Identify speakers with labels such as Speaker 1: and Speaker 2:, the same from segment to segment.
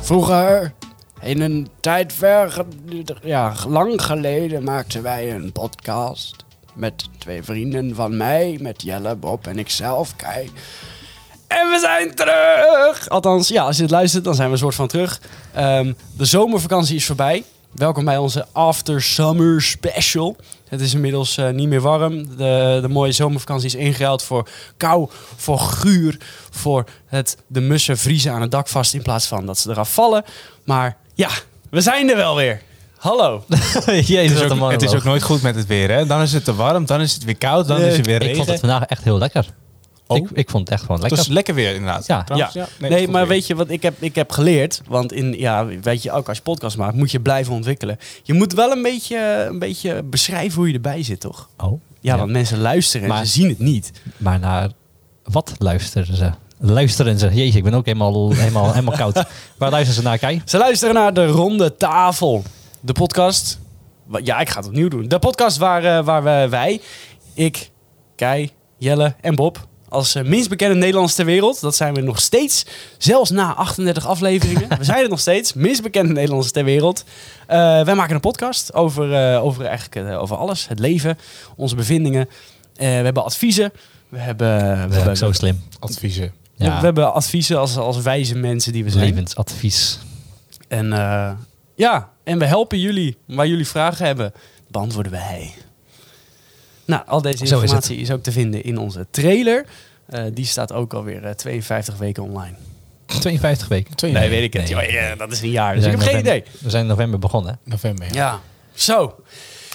Speaker 1: Vroeger, in een tijd ver, ge- ja, lang geleden, maakten wij een podcast. Met twee vrienden van mij, met Jelle, Bob en ikzelf, Kai. En we zijn terug! Althans, ja, als je het luistert, dan zijn we een soort van terug. Ehm, de zomervakantie is voorbij. Welkom bij onze After Summer Special. Het is inmiddels eh, niet meer warm. De, de mooie zomervakantie is ingeruild voor kou, voor guur, voor het de mussen vriezen aan het dak vast in plaats van dat ze eraf vallen. Maar ja, we zijn er wel weer. Hallo.
Speaker 2: Jezus,
Speaker 3: Het
Speaker 2: wat
Speaker 3: is,
Speaker 2: een
Speaker 3: ook, het is ook
Speaker 2: monoloog.
Speaker 3: nooit goed met het weer, hè? Dan is het te warm, dan is het weer koud, dan
Speaker 2: Nee.
Speaker 3: is het weer
Speaker 2: Ik
Speaker 3: regen.
Speaker 2: vond het vandaag echt heel lekker.
Speaker 3: Oh.
Speaker 2: Ik, ik vond het echt gewoon
Speaker 3: Het
Speaker 2: lekker.
Speaker 3: was lekker weer, inderdaad.
Speaker 2: Ja.
Speaker 3: Trouwens,
Speaker 1: ja.
Speaker 3: Nee,
Speaker 1: Nee,
Speaker 3: het is goed
Speaker 1: maar
Speaker 3: weer.
Speaker 1: weet je wat ik heb, ik heb geleerd? Want in, ja, weet je, ook als je podcast maakt, moet je blijven ontwikkelen. Je moet wel een beetje, een beetje beschrijven hoe je erbij zit, toch?
Speaker 2: oh.
Speaker 1: Ja, want mensen luisteren en
Speaker 2: Maar-
Speaker 1: ze zien het niet.
Speaker 2: Maar naar wat luisteren ze? Luisteren ze? Jezus, ik ben ook helemaal, helemaal, helemaal koud. Waar luisteren ze naar, Kai?
Speaker 1: Ze luisteren naar de Ronde Tafel. De podcast. wa- Ja, ik ga het opnieuw doen. De podcast waar, eh, waar we- wij, ik, Kai, Jelle en Bob. Als eh, minst bekende Nederlanders ter wereld. Dat zijn we nog steeds. Zelfs na 38 afleveringen. we zijn het nog steeds. Minst bekende Nederlanders ter wereld. Eh, wij maken een podcast over, eh, over, eigenlijk, eh, over alles. Het leven. Onze bevindingen. Eh, we hebben adviezen. We hebben, we
Speaker 2: Dat is ook
Speaker 1: hebben,
Speaker 2: zo slim.
Speaker 3: Adviezen.
Speaker 1: we
Speaker 2: Ja,
Speaker 1: hebben adviezen als, als wijze mensen die we zijn.
Speaker 2: levensadvies.
Speaker 1: En eh, ja, en we helpen jullie waar jullie vragen hebben, beantwoorden wij. Nou, al deze
Speaker 2: Zo is
Speaker 1: informatie is, ook te vinden in onze trailer. Eh, die staat ook alweer eh, 52 weken online.
Speaker 2: 52 weken.
Speaker 1: Nee, weet ik het.
Speaker 2: Nee.
Speaker 1: joh. Ja, dat is een jaar,
Speaker 2: We
Speaker 1: dus ik
Speaker 2: zijn
Speaker 1: heb geen
Speaker 2: november-
Speaker 1: idee.
Speaker 2: We zijn in november begonnen. hè?
Speaker 3: November. Ja.
Speaker 1: Ja, zo.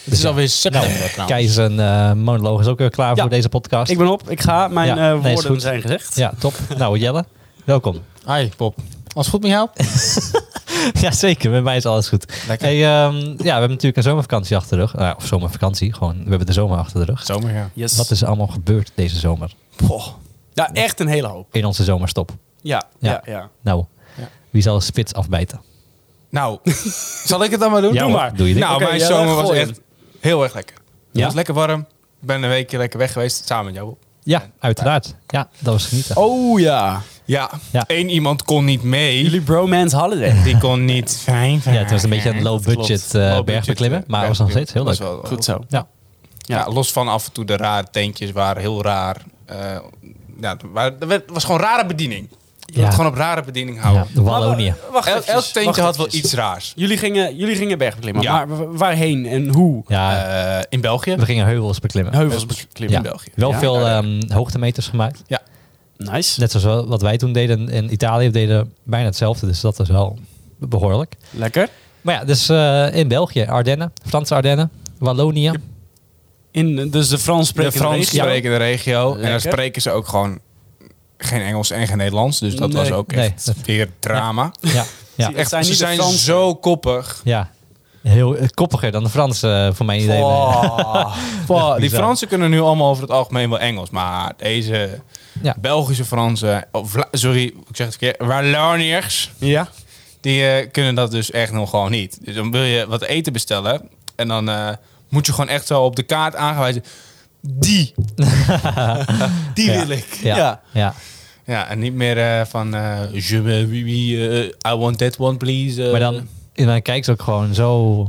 Speaker 3: Het is
Speaker 2: ja.
Speaker 3: alweer september, trouwens.
Speaker 2: Kai zijn eh, monoloog is ook weer klaar
Speaker 1: Ja.
Speaker 2: voor deze podcast.
Speaker 1: Ik ben op, ik ga. Mijn
Speaker 2: Ja,
Speaker 1: eh,
Speaker 2: nee, is
Speaker 1: woorden
Speaker 2: goed.
Speaker 1: zijn gezegd.
Speaker 2: Ja, top. Nou, Jelle, welkom.
Speaker 3: Hi, Bob. Alles goed met jou?
Speaker 2: Jazeker, met mij is alles goed.
Speaker 3: Lekker.
Speaker 2: Hey, ehm, ja, we hebben natuurlijk een zomervakantie achter de rug. Nou, of zomervakantie, gewoon. We hebben de zomer achter de rug.
Speaker 3: Zomer, ja.
Speaker 1: Yes.
Speaker 2: Wat is er allemaal gebeurd deze zomer?
Speaker 1: Poh. Ja, echt een hele hoop.
Speaker 2: In onze zomerstop.
Speaker 1: Ja, ja,
Speaker 2: Ja.
Speaker 1: ja.
Speaker 2: Nou,
Speaker 3: Ja.
Speaker 2: wie zal de spits afbijten?
Speaker 3: Nou, zal ik het dan maar doen?
Speaker 2: Ja,
Speaker 3: Doe
Speaker 2: hoor.
Speaker 3: maar.
Speaker 2: Doe je ding.
Speaker 3: nou,
Speaker 1: Oké,
Speaker 3: mijn
Speaker 1: ja,
Speaker 3: zomer was
Speaker 1: gooi
Speaker 3: echt heel erg lekker. Het
Speaker 1: Ja?
Speaker 3: was lekker warm. Ik ben een weekje lekker weg geweest, samen met jou. Bob.
Speaker 2: Ja, uiteraard. Ja, dat was genieten.
Speaker 1: Oh ja.
Speaker 3: Ja,
Speaker 2: Ja.
Speaker 3: één iemand kon niet mee.
Speaker 1: Jullie bromance holiday.
Speaker 3: Die kon niet fijn
Speaker 2: ja, het was een beetje een low budget eh, berg beklimmen, maar het was nog steeds heel leuk.
Speaker 1: Goed zo.
Speaker 2: Ja.
Speaker 3: Ja. los van af en toe de rare tentjes waren heel raar. Eh, ja, er wa- er werd- het was gewoon rare bediening. Je
Speaker 2: Ja.
Speaker 3: moet gewoon op rare bediening
Speaker 2: ja,
Speaker 3: houden.
Speaker 2: Wallonië.
Speaker 1: Maar wa- Wacht
Speaker 3: El-
Speaker 1: eventjes,
Speaker 3: elk tentje
Speaker 1: wacht
Speaker 3: had wel
Speaker 1: eventjes.
Speaker 3: iets raars.
Speaker 1: Jullie gingen, jullie gingen bergbeklimmen,
Speaker 3: Ja.
Speaker 1: maar wa- waarheen en hoe?
Speaker 2: Ja,
Speaker 3: Eh, in België.
Speaker 2: we gingen heuvels beklimmen.
Speaker 1: Heuvels
Speaker 2: ja.
Speaker 1: beklimmen.
Speaker 3: in België.
Speaker 2: Wel
Speaker 1: Ja.
Speaker 2: veel ehm, hoogtemeters gemaakt.
Speaker 1: Nice.
Speaker 2: Net zoals wel- wat wij toen deden in Italië, we deden bijna hetzelfde. Dus dat is wel behoorlijk.
Speaker 1: Lekker.
Speaker 2: Maar ja, dus eh, in België, Ardennen, Franse Ardennen, Wallonië.
Speaker 1: In eh, dus de Frans
Speaker 3: De
Speaker 1: sprekende
Speaker 3: Frans
Speaker 1: regio.
Speaker 3: sprekende regio. En
Speaker 1: Lekker.
Speaker 3: daar spreken ze ook gewoon geen Engels en geen Nederlands. Dus dat was
Speaker 1: Nee.
Speaker 3: ook
Speaker 2: Nee.
Speaker 3: echt weer drama.
Speaker 2: Ja, ja,
Speaker 1: Zie-
Speaker 3: Echt,
Speaker 1: zijn
Speaker 3: ze
Speaker 1: niet de
Speaker 3: zijn
Speaker 1: Fransen.
Speaker 3: zo koppig.
Speaker 2: ja. Heel eh, koppiger dan de Fransen, eh, voor mijn idee.
Speaker 1: Oh.
Speaker 3: Wow. Wow, Die
Speaker 2: bizar.
Speaker 3: Fransen kunnen nu allemaal over het algemeen wel Engels. Maar deze
Speaker 2: Ja.
Speaker 3: Belgische Fransen, of Vla- sorry, ik zeg het verkeerd, Walloniërs,
Speaker 1: Ja.
Speaker 3: die eh, kunnen dat dus echt nog gewoon niet. Dus dan wil je wat eten bestellen en dan eh, moet je gewoon echt zo op de kaart aangewijzen. Die. die
Speaker 2: Ja.
Speaker 3: wil ik.
Speaker 2: Ja,
Speaker 1: Ja.
Speaker 2: ja.
Speaker 3: Ja, en niet meer eh, van eh, je veux, oui, oui, eh, I want that one please. eh.
Speaker 2: Maar dan, en dan kijken ze ook gewoon zo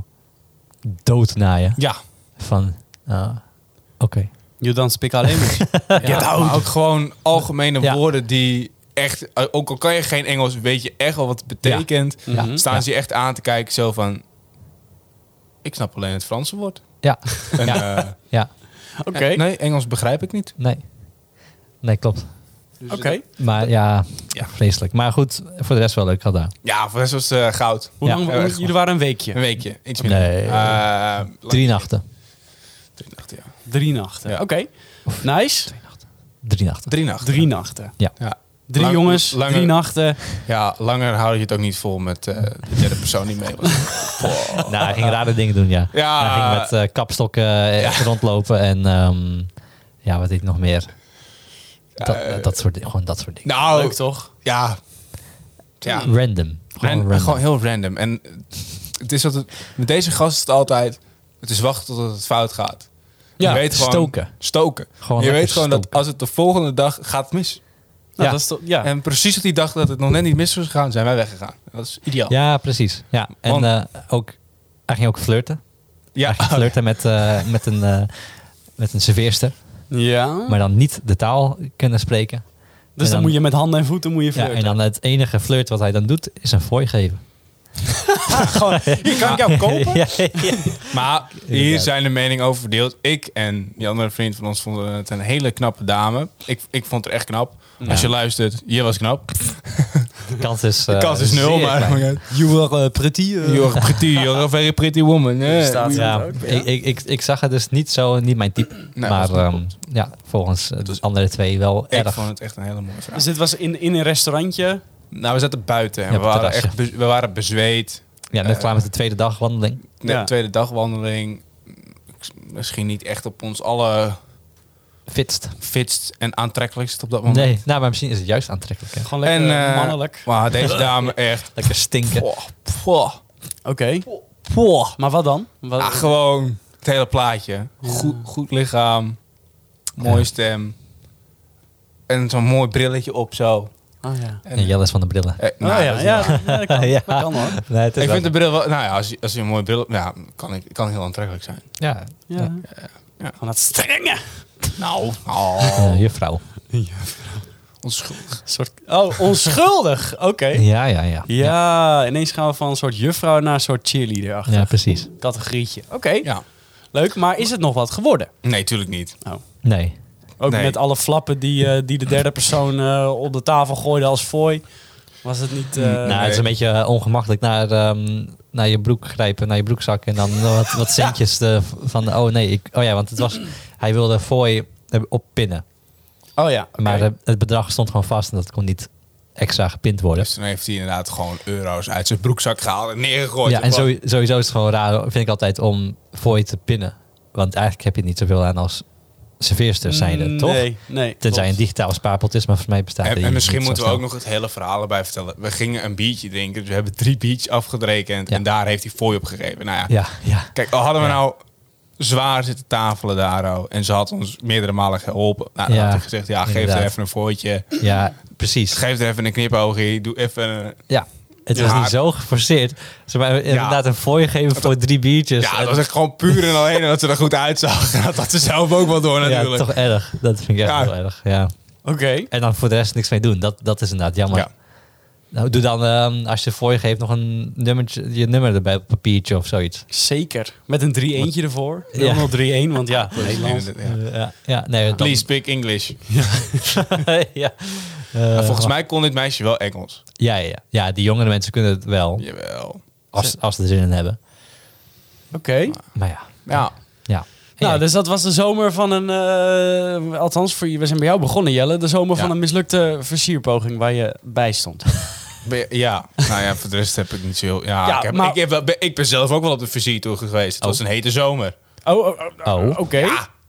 Speaker 2: dood naar je.
Speaker 3: Ja.
Speaker 2: Van, ah, oké.
Speaker 1: You don't speak alleen maar.
Speaker 3: Ja, maar ook gewoon algemene
Speaker 2: Ja.
Speaker 3: woorden die echt, eh, ook al kan je geen Engels, weet je echt wel wat het betekent.
Speaker 1: Ja.
Speaker 3: Mhm. Staan ze je echt aan te kijken, zo van. Ik snap alleen het Franse woord.
Speaker 2: Ja,
Speaker 3: En,
Speaker 2: Ja.
Speaker 3: eh,
Speaker 2: ja,
Speaker 1: Oké.
Speaker 3: Nee, Engels begrijp ik niet.
Speaker 2: nee. Nee, klopt.
Speaker 1: Oké.
Speaker 2: Maar ja,
Speaker 3: Ja.
Speaker 2: vreselijk. Maar goed, voor de rest wel leuk gedaan.
Speaker 3: Ja, voor de rest was het eh, goud.
Speaker 1: Hoe
Speaker 2: Ja.
Speaker 1: lang?
Speaker 3: Ja, echt.
Speaker 1: jullie waren een
Speaker 3: Een
Speaker 1: weekje.
Speaker 3: weekje, iets minder.
Speaker 2: Nee.
Speaker 3: Eh,
Speaker 2: Drie nachten.
Speaker 3: drie nachten, ja.
Speaker 1: Drie nachten.
Speaker 3: Ja.
Speaker 1: Oké. Nice.
Speaker 2: Drie nachten.
Speaker 3: Drie nachten.
Speaker 1: Drie nachten.
Speaker 3: Ja.
Speaker 1: Drie
Speaker 3: Lang-
Speaker 1: jongens,
Speaker 3: langer-
Speaker 1: drie nachten.
Speaker 3: Ja, langer hou je het ook niet vol met eh, de derde persoon die mee was. Wow.
Speaker 2: Nou, hij ging rare dingen doen, ja.
Speaker 3: Ja.
Speaker 2: Hij ging met eh, kapstokken eh, rondlopen en ehm, ja, wat deed hij nog meer?
Speaker 3: Eh,
Speaker 2: Dat, eh, dat soort dingen. Gewoon dat soort dingen.
Speaker 3: Nou,
Speaker 1: Leuk toch?
Speaker 3: ja. nou, Ja.
Speaker 2: Random. Gewoon
Speaker 3: Ran-
Speaker 2: random.
Speaker 3: Gewoon heel random. En het is dat het, met deze gast is het altijd. Het is wachten tot het fout gaat.
Speaker 2: Ja,
Speaker 3: je weet gewoon,
Speaker 2: stoken.
Speaker 3: Stoken.
Speaker 2: Gewoon
Speaker 3: je weet
Speaker 2: lekker
Speaker 3: gewoon dat
Speaker 2: stoken.
Speaker 3: als het de volgende dag gaat het mis.
Speaker 2: Ja.
Speaker 1: Nou, dat is toch, ja.
Speaker 3: En precies op die dag dat het nog net niet mis was gegaan, zijn wij weggegaan. Dat is ideaal.
Speaker 2: Ja, precies. Ja. En
Speaker 3: Want-
Speaker 2: eh, ook, hij ging ook flirten. Hij ging flirten met, eh, met, een, eh, met een serveerster.
Speaker 1: Hm.
Speaker 4: Ja.
Speaker 2: Maar dan niet de taal kunnen spreken.
Speaker 1: dus dan,
Speaker 2: dan-
Speaker 1: moet je met handen en voeten moet je
Speaker 2: Ja,
Speaker 1: flirten.
Speaker 2: en dan het enige flirt wat hij dan doet, is een fooi geven.
Speaker 1: Gewoon,
Speaker 3: Hier kan ik jou kopen.
Speaker 2: Ja, ja.
Speaker 3: Maar hier
Speaker 2: Inderdaad.
Speaker 3: zijn de meningen over verdeeld. Ik en die andere vriend van ons vonden het een hele knappe dame. Ik, ik vond het echt knap. Als je luistert, je was knap.
Speaker 2: De kans is, eh,
Speaker 3: De kans is nul,
Speaker 2: zeer
Speaker 3: maar...
Speaker 2: klein.
Speaker 1: you are eh, pretty. eh.
Speaker 3: You're pretty, you're a very pretty woman. eh.
Speaker 1: staat-
Speaker 2: Ja,
Speaker 4: Ook, ja.
Speaker 2: ik, ik, ik, ik zag het dus niet zo, niet mijn type.
Speaker 3: Nee,
Speaker 2: maar
Speaker 3: dat
Speaker 2: ehm, ja, volgens de andere twee wel
Speaker 3: Ik
Speaker 2: erg.
Speaker 3: vond het echt een hele mooie vraag.
Speaker 1: Dus dit was in, in een restaurantje.
Speaker 3: Nou, we zaten buiten en
Speaker 2: Ja,
Speaker 3: we,
Speaker 2: op het
Speaker 3: waren
Speaker 2: terrasje.
Speaker 3: echt bez- we waren bezweet.
Speaker 2: Ja, net
Speaker 3: eh,
Speaker 2: klaar met de tweede dag wandeling.
Speaker 3: Net
Speaker 1: Ja.
Speaker 3: tweede dagwandeling. Misschien niet echt op ons alle
Speaker 2: Fitst.
Speaker 3: fitst en aantrekkelijkst op dat moment.
Speaker 2: Nee, nou, maar misschien is het juist aantrekkelijk. hè.
Speaker 1: Gewoon lekker
Speaker 3: En, eh,
Speaker 1: mannelijk.
Speaker 3: Maar deze dame echt... oh,
Speaker 2: Lekker stinken.
Speaker 3: Poh, poh.
Speaker 1: Oké. Poh, Maar wat dan? Wat,
Speaker 3: Ah, gewoon het hele plaatje. Goed, goed lichaam, mooie
Speaker 2: Ja.
Speaker 3: stem. En zo'n mooi brilletje op zo.
Speaker 1: Ah, ja.
Speaker 3: En,
Speaker 2: En Jelle is van de brillen.
Speaker 3: eh,
Speaker 1: Oh,
Speaker 3: nou,
Speaker 1: ja,
Speaker 3: dat is-
Speaker 1: ja, ja, dat kan,
Speaker 2: Ja.
Speaker 1: dat kan hoor.
Speaker 2: Nee, het is
Speaker 3: Eh,
Speaker 2: wel-
Speaker 3: Ik vind de bril wel... Nou ja, als je, als je een mooi bril... Ja, kan, ik, kan heel aantrekkelijk zijn.
Speaker 2: Ja,
Speaker 1: Ja.
Speaker 2: ja.
Speaker 1: Van dat strenge.
Speaker 3: Nou. Oh,
Speaker 2: Eh, juffrouw.
Speaker 3: onschuldig.
Speaker 1: Soort, oh, onschuldig. Oké.
Speaker 2: Ja, ja, ja.
Speaker 1: Ja, ineens gaan we van een soort juffrouw naar een soort cheerleader achter.
Speaker 2: Ja, precies.
Speaker 1: Categorietje. Oké,
Speaker 3: Ja.
Speaker 1: leuk. Maar is het nog wat geworden?
Speaker 3: Nee, tuurlijk niet.
Speaker 2: Nee.
Speaker 1: Ook
Speaker 3: Nee.
Speaker 1: met alle flappen die, eh, die de derde persoon eh, op de tafel gooide als fooi. Was het niet... eh,
Speaker 2: nou, het is een beetje eh, ongemakkelijk naar, ehm, naar je broek grijpen, naar je broekzak en dan nog wat, wat centjes eh, van, oh nee, ik, oh ja, want het was, hij wilde fooi eh, oppinnen.
Speaker 1: Oh ja. oké.
Speaker 2: Maar eh, het bedrag stond gewoon vast en dat kon niet extra gepind worden.
Speaker 3: Dus toen heeft hij inderdaad gewoon euro's uit zijn broekzak gehaald en neergegooid.
Speaker 2: Ja, en zo, sowieso is het gewoon raar, vind ik altijd, om fooi te pinnen. Want eigenlijk heb je niet zoveel aan als serveerster zijnde, toch?
Speaker 1: Mm, Nee, nee.
Speaker 2: Tenzij een
Speaker 1: klopt.
Speaker 2: digitaal spaarpot is, maar voor mij bestaat
Speaker 3: Mm, En,
Speaker 2: die
Speaker 3: en misschien
Speaker 2: niet zo
Speaker 3: moeten we ook
Speaker 2: snel.
Speaker 3: nog het hele verhaal erbij vertellen. We gingen een biertje drinken, dus we hebben drie biertjes afgerekend.
Speaker 2: Ja.
Speaker 3: En daar heeft hij fooi op gegeven. Nou ja,
Speaker 2: Ja, ja.
Speaker 3: Kijk, al hadden we nou zwaar zitten tafelen daar, oh, en ze had ons meerdere malen geholpen. Nou, dan
Speaker 2: Ja,
Speaker 3: had ik gezegd, ja, geef er
Speaker 2: inderdaad.
Speaker 3: even een voortje.
Speaker 2: Ja, precies.
Speaker 3: Geef er even een knipoogie. Doe even... een-
Speaker 2: Ja, het
Speaker 3: Ja.
Speaker 2: was niet zo geforceerd. Ze hebben inderdaad een fooi gegeven voor drie biertjes. eh,
Speaker 3: Ja,
Speaker 2: En-
Speaker 3: dat was echt gewoon puur en alleen dat ze er goed uitzag. En Dat had ze zelf ook wel door
Speaker 2: Ja,
Speaker 3: natuurlijk.
Speaker 2: toch erg. Dat vind ik echt
Speaker 3: Ja.
Speaker 2: heel erg, ja.
Speaker 1: Oké.
Speaker 2: En dan voor de rest niks mee doen. Dat, dat is inderdaad jammer.
Speaker 3: Ja.
Speaker 2: Nou, doe dan, ehm, als je fooi geeft, nog een nummertje, je nummer erbij op een papiertje of zoiets.
Speaker 1: Zeker. Met een 3-1 ervoor.
Speaker 2: Ja.
Speaker 1: 0-3-1, want ja, Nederland.
Speaker 3: Ja.
Speaker 2: Eh, ja, ja, nee. dan-
Speaker 3: Please speak English.
Speaker 2: Eh, ja.
Speaker 3: Maar
Speaker 2: Eh,
Speaker 3: volgens mij kon dit meisje wel Engels.
Speaker 2: Ja, ja, ja. ja, die jongere mensen kunnen het wel.
Speaker 3: Jawel.
Speaker 2: Als, als ze er zin in hebben.
Speaker 1: Oké.
Speaker 2: Maar ja,
Speaker 3: Ja.
Speaker 2: ja. En
Speaker 1: Nou,
Speaker 2: jij-
Speaker 1: dus dat was de zomer van een... eh, althans, voor, je- we zijn bij jou begonnen, Jelle. De zomer
Speaker 3: Ja.
Speaker 1: van een mislukte versierpoging waar je bij stond.
Speaker 3: Ben je- Ja. Nou ja, voor de rest heb ik niet zo heel... Ja,
Speaker 1: Ja,
Speaker 3: ik, heb,
Speaker 1: maar-
Speaker 3: ik, heb wel- ben, ik ben zelf ook wel op de vizier toe geweest. Het was een hete zomer.
Speaker 1: Oh, oh, oh,
Speaker 2: Oh.
Speaker 1: oké.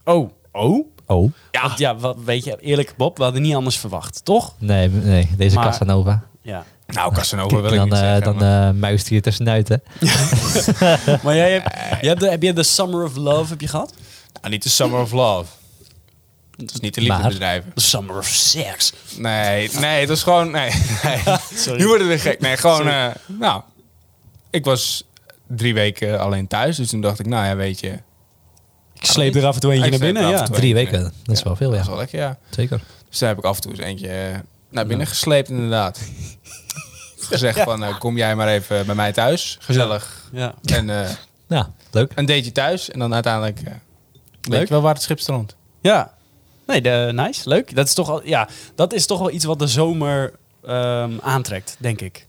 Speaker 1: Oh. Oh?
Speaker 2: Oh,
Speaker 1: Want ja, wat, weet je, eerlijk Bob, we hadden niet anders verwacht, toch?
Speaker 2: nee, nee. Deze
Speaker 1: Maar-
Speaker 2: Casanova.
Speaker 1: Ja.
Speaker 3: Nou, Casanova wil ik
Speaker 2: dan
Speaker 3: niet
Speaker 2: eh,
Speaker 3: zeggen.
Speaker 2: dan
Speaker 3: maar-
Speaker 2: eh, muist hij er tussenuit, hè.
Speaker 1: Maar jij hebt, jij hebt de, heb je de Summer of Love heb je gehad?
Speaker 3: Nou, niet de Summer of Love. Het is niet de
Speaker 2: Maar-
Speaker 3: liefdesbedrijven.
Speaker 1: De Summer of Sex.
Speaker 3: Nee, nee, het was gewoon... Nee, nee. Nu worden we gek. Nee, gewoon... eh, nou, ik was drie weken alleen thuis. Dus toen dacht ik, nou ja, weet je...
Speaker 1: Ik sleep er af en toe eentje
Speaker 3: Ik
Speaker 1: naar
Speaker 3: sleep
Speaker 1: binnen,
Speaker 3: er af
Speaker 1: ja.
Speaker 3: en toe.
Speaker 2: Drie weken, dat is wel veel,
Speaker 3: Dat is
Speaker 2: ja.
Speaker 3: wel lekker, ja.
Speaker 2: Zeker.
Speaker 3: Dus daar heb ik af en toe eens eentje eh, naar binnen gesleept, inderdaad. Gezegd van, nou, kom jij maar even bij mij thuis. Gezellig.
Speaker 1: ja.
Speaker 3: En eh,
Speaker 2: Nou, leuk.
Speaker 3: een dateje thuis. En dan uiteindelijk... eh, weet
Speaker 1: Leuk.
Speaker 3: je wel waar het schip strandt.
Speaker 1: Ja. Nee, de, nice. Leuk. Dat is, toch al, ja, dat is toch wel iets wat de zomer ehm, aantrekt, denk ik.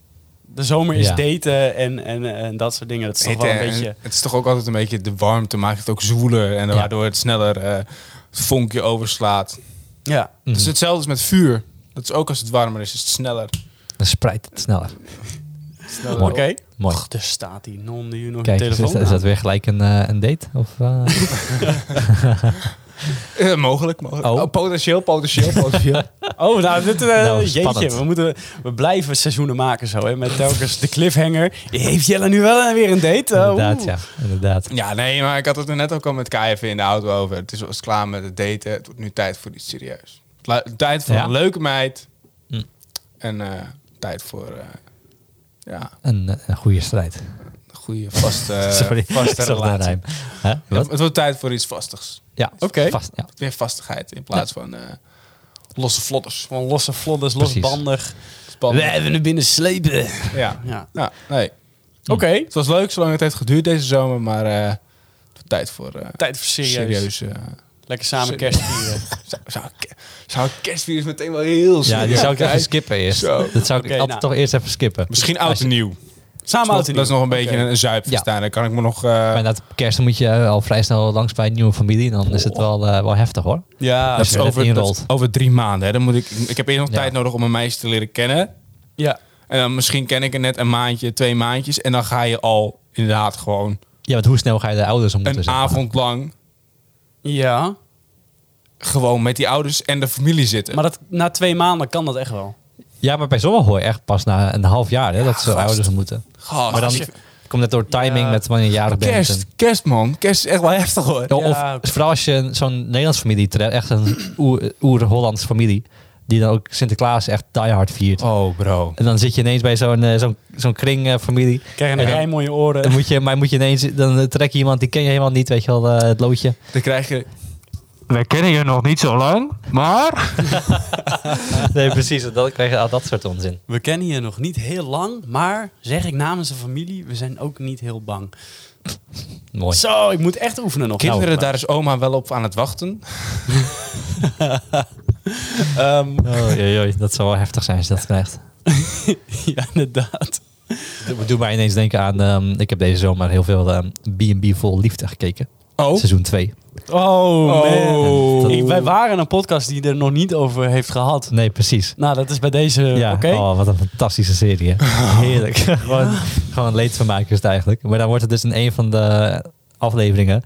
Speaker 1: De zomer is
Speaker 2: Ja.
Speaker 1: daten en, en, en dat soort dingen. Dat is toch wel een
Speaker 3: Hitte en-
Speaker 1: beetje...
Speaker 3: Het is toch ook altijd een beetje de warmte maakt het ook zwoeler. En
Speaker 2: Ja.
Speaker 3: waardoor het sneller eh, het vonkje overslaat.
Speaker 1: Ja.
Speaker 2: Mhm.
Speaker 3: Het is hetzelfde als met vuur. Dat is ook als het warmer is, is het sneller.
Speaker 2: Dan spreidt het sneller.
Speaker 3: sneller
Speaker 1: Oké.
Speaker 3: op.
Speaker 2: Mooi.
Speaker 1: Och, Er staat die non die nog
Speaker 2: Kijk, is,
Speaker 1: telefoon
Speaker 2: is dat- is dat weer gelijk een, eh, een date? Of, eh,
Speaker 3: Eh, mogelijk, mogelijk.
Speaker 2: Oh.
Speaker 3: Oh, potentieel, potentieel, potentieel.
Speaker 1: Oh, nou, dit, eh,
Speaker 2: Nou,
Speaker 1: jeetje,
Speaker 2: spannend.
Speaker 1: we, moeten, we blijven seizoenen maken zo, hè, met telkens de cliffhanger. Heeft Jelle nu wel weer een date? Oh,
Speaker 2: inderdaad,
Speaker 1: oeh.
Speaker 2: ja. Inderdaad.
Speaker 3: ja, nee, maar ik had het er net ook al met Kai even in de auto over. Het is wel eens klaar met het daten. Het wordt nu tijd voor iets serieus. Lu- tijd voor
Speaker 2: Ja. Hm.
Speaker 3: een leuke meid. En eh, tijd voor eh, ja,
Speaker 2: Een, eh, een goede strijd.
Speaker 3: een goede vaste,
Speaker 2: Sorry,
Speaker 3: Eh, vaste
Speaker 2: sorry,
Speaker 3: relatie.
Speaker 2: Nijm. Hè? Wat?
Speaker 3: Het wordt tijd voor iets vastigs.
Speaker 2: Ja,
Speaker 3: Oké.
Speaker 2: vast. Ja.
Speaker 3: Weer vastigheid in plaats van eh, losse vlotters.
Speaker 1: Gewoon losse vlodders,
Speaker 2: Precies.
Speaker 1: losbandig.
Speaker 3: Spannend.
Speaker 1: hem binnen slepen.
Speaker 3: Ja.
Speaker 1: Ja.
Speaker 3: ja, nee.
Speaker 1: Oké.
Speaker 3: Het was leuk zolang het heeft geduurd deze zomer, maar eh, het wordt tijd voor eh,
Speaker 1: Tijd voor serieus.
Speaker 3: serieus. eh,
Speaker 1: Lekker samen
Speaker 3: Serieus.
Speaker 1: kerst vieren.
Speaker 3: zou, zou, ik- zou ik kerstvirus meteen wel heel snel
Speaker 2: ja, die zou ik even
Speaker 3: kijken?
Speaker 2: skippen eerst.
Speaker 3: Zo.
Speaker 2: Dat zou ik
Speaker 1: Oké,
Speaker 2: altijd
Speaker 1: nou.
Speaker 2: toch eerst even skippen.
Speaker 3: Misschien
Speaker 2: Als
Speaker 3: oud
Speaker 2: je-
Speaker 3: en nieuw.
Speaker 1: Samen
Speaker 3: Dat
Speaker 1: oud en nieuw.
Speaker 3: is nog een beetje een, een zuip
Speaker 2: Ja.
Speaker 3: staan. Dan kan ik me nog... eh,
Speaker 2: Maar na kerst moet je eh, al vrij snel langs bij een nieuwe familie. Dan is het wel, eh, wel heftig hoor.
Speaker 1: Ja,
Speaker 2: Dat is
Speaker 3: dat
Speaker 2: net
Speaker 3: is over, dat
Speaker 2: inrolt.
Speaker 3: is over drie maanden. Hè. Dan moet ik, ik heb eerst nog
Speaker 2: Ja.
Speaker 3: tijd nodig om een meisje te leren kennen.
Speaker 1: ja.
Speaker 3: En dan misschien ken ik er net een maandje, twee maandjes. En dan ga je al inderdaad gewoon
Speaker 2: Ja, want hoe snel ga je de ouders ontmoeten?
Speaker 3: een
Speaker 2: zeg maar?
Speaker 3: avond lang...
Speaker 1: Ja.
Speaker 3: gewoon met die ouders en de familie zitten.
Speaker 1: Maar dat, na twee maanden kan dat echt wel.
Speaker 2: Ja, maar bij sommigen hoor je echt pas na een half jaar hè, dat ze
Speaker 3: gast.
Speaker 2: ouders ontmoeten.
Speaker 3: Gast.
Speaker 2: Maar dan komt het door timing
Speaker 1: Ja.
Speaker 2: met wanneer je Oh, jarig bent. en-
Speaker 3: kerst, kerst man. Kerst is echt wel heftig hoor.
Speaker 2: Ja, of
Speaker 1: Ja, oké.
Speaker 2: vooral als je een- zo'n Nederlands familie treft, echt een oer- oer-Hollands familie, die dan ook Sinterklaas echt diehard viert.
Speaker 3: Oh bro.
Speaker 2: En dan zit je ineens bij zo'n eh, zo'n zo'n kring eh, familie.
Speaker 1: Krijg je een
Speaker 2: Ja.
Speaker 1: rij mooie oren.
Speaker 2: Dan moet je, maar moet je ineens, dan eh, trek je iemand die ken je helemaal niet, weet je wel, eh, het loodje.
Speaker 3: Dan krijg je...
Speaker 2: Nou,
Speaker 5: We kennen je nog niet zo lang, maar...
Speaker 2: Nee, precies. Dan krijg je al dat soort onzin.
Speaker 1: We kennen je nog niet heel lang, maar zeg ik namens de familie, we zijn ook niet heel bang.
Speaker 2: Mooi.
Speaker 1: Zo, ik moet echt oefenen nog.
Speaker 3: Kinderen,
Speaker 1: Nou,
Speaker 3: daar is oma wel op aan het wachten.
Speaker 1: ehm,
Speaker 2: Oh, jee, jee, dat zou wel heftig zijn als je dat krijgt.
Speaker 1: ja, inderdaad.
Speaker 2: Doe, doe mij ineens denken aan, ehm, ik heb deze zomer heel veel ehm, B&B vol liefde gekeken.
Speaker 3: Oh.
Speaker 2: Seizoen 2.
Speaker 1: Oh,
Speaker 3: Oh.
Speaker 1: man. Ik- wij waren een podcast die er nog niet over heeft gehad.
Speaker 2: Nee, precies.
Speaker 1: Nou, dat is bij deze
Speaker 2: Ja,
Speaker 1: oké.
Speaker 2: oh, wat een fantastische serie. hè. Heerlijk. gewoon, gewoon leedvermaak is het eigenlijk. Maar dan wordt het dus in een van de afleveringen.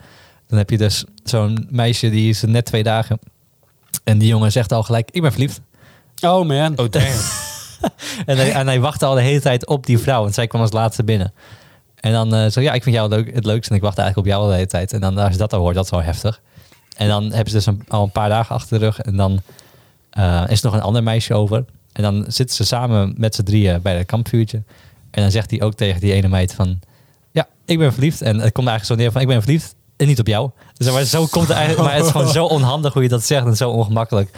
Speaker 2: Dan heb je dus zo'n meisje die is net twee dagen. En die jongen zegt al gelijk, ik ben verliefd.
Speaker 1: Oh man.
Speaker 3: Oh damn.
Speaker 2: En hij, en hij wachtte al de hele tijd op die vrouw. En zij kwam als laatste binnen. En dan eh, zo, ja, ik vind jou leuk, het leukste. En ik wacht eigenlijk op jou al de hele tijd. En dan als je dat al hoort, dat is wel heftig. En dan hebben ze dus een- al een paar dagen achter de rug. En dan eh, is er nog een ander meisje over. En dan zitten ze samen met z'n drieën bij dat kampvuurtje. En dan zegt hij ook tegen die ene meid van... Ja, ik ben verliefd. En het komt eigenlijk zo neer van, ik ben verliefd. En niet op jou. Dus, maar, zo komt het eigenlijk, maar het is gewoon zo onhandig hoe je dat zegt. En zo ongemakkelijk.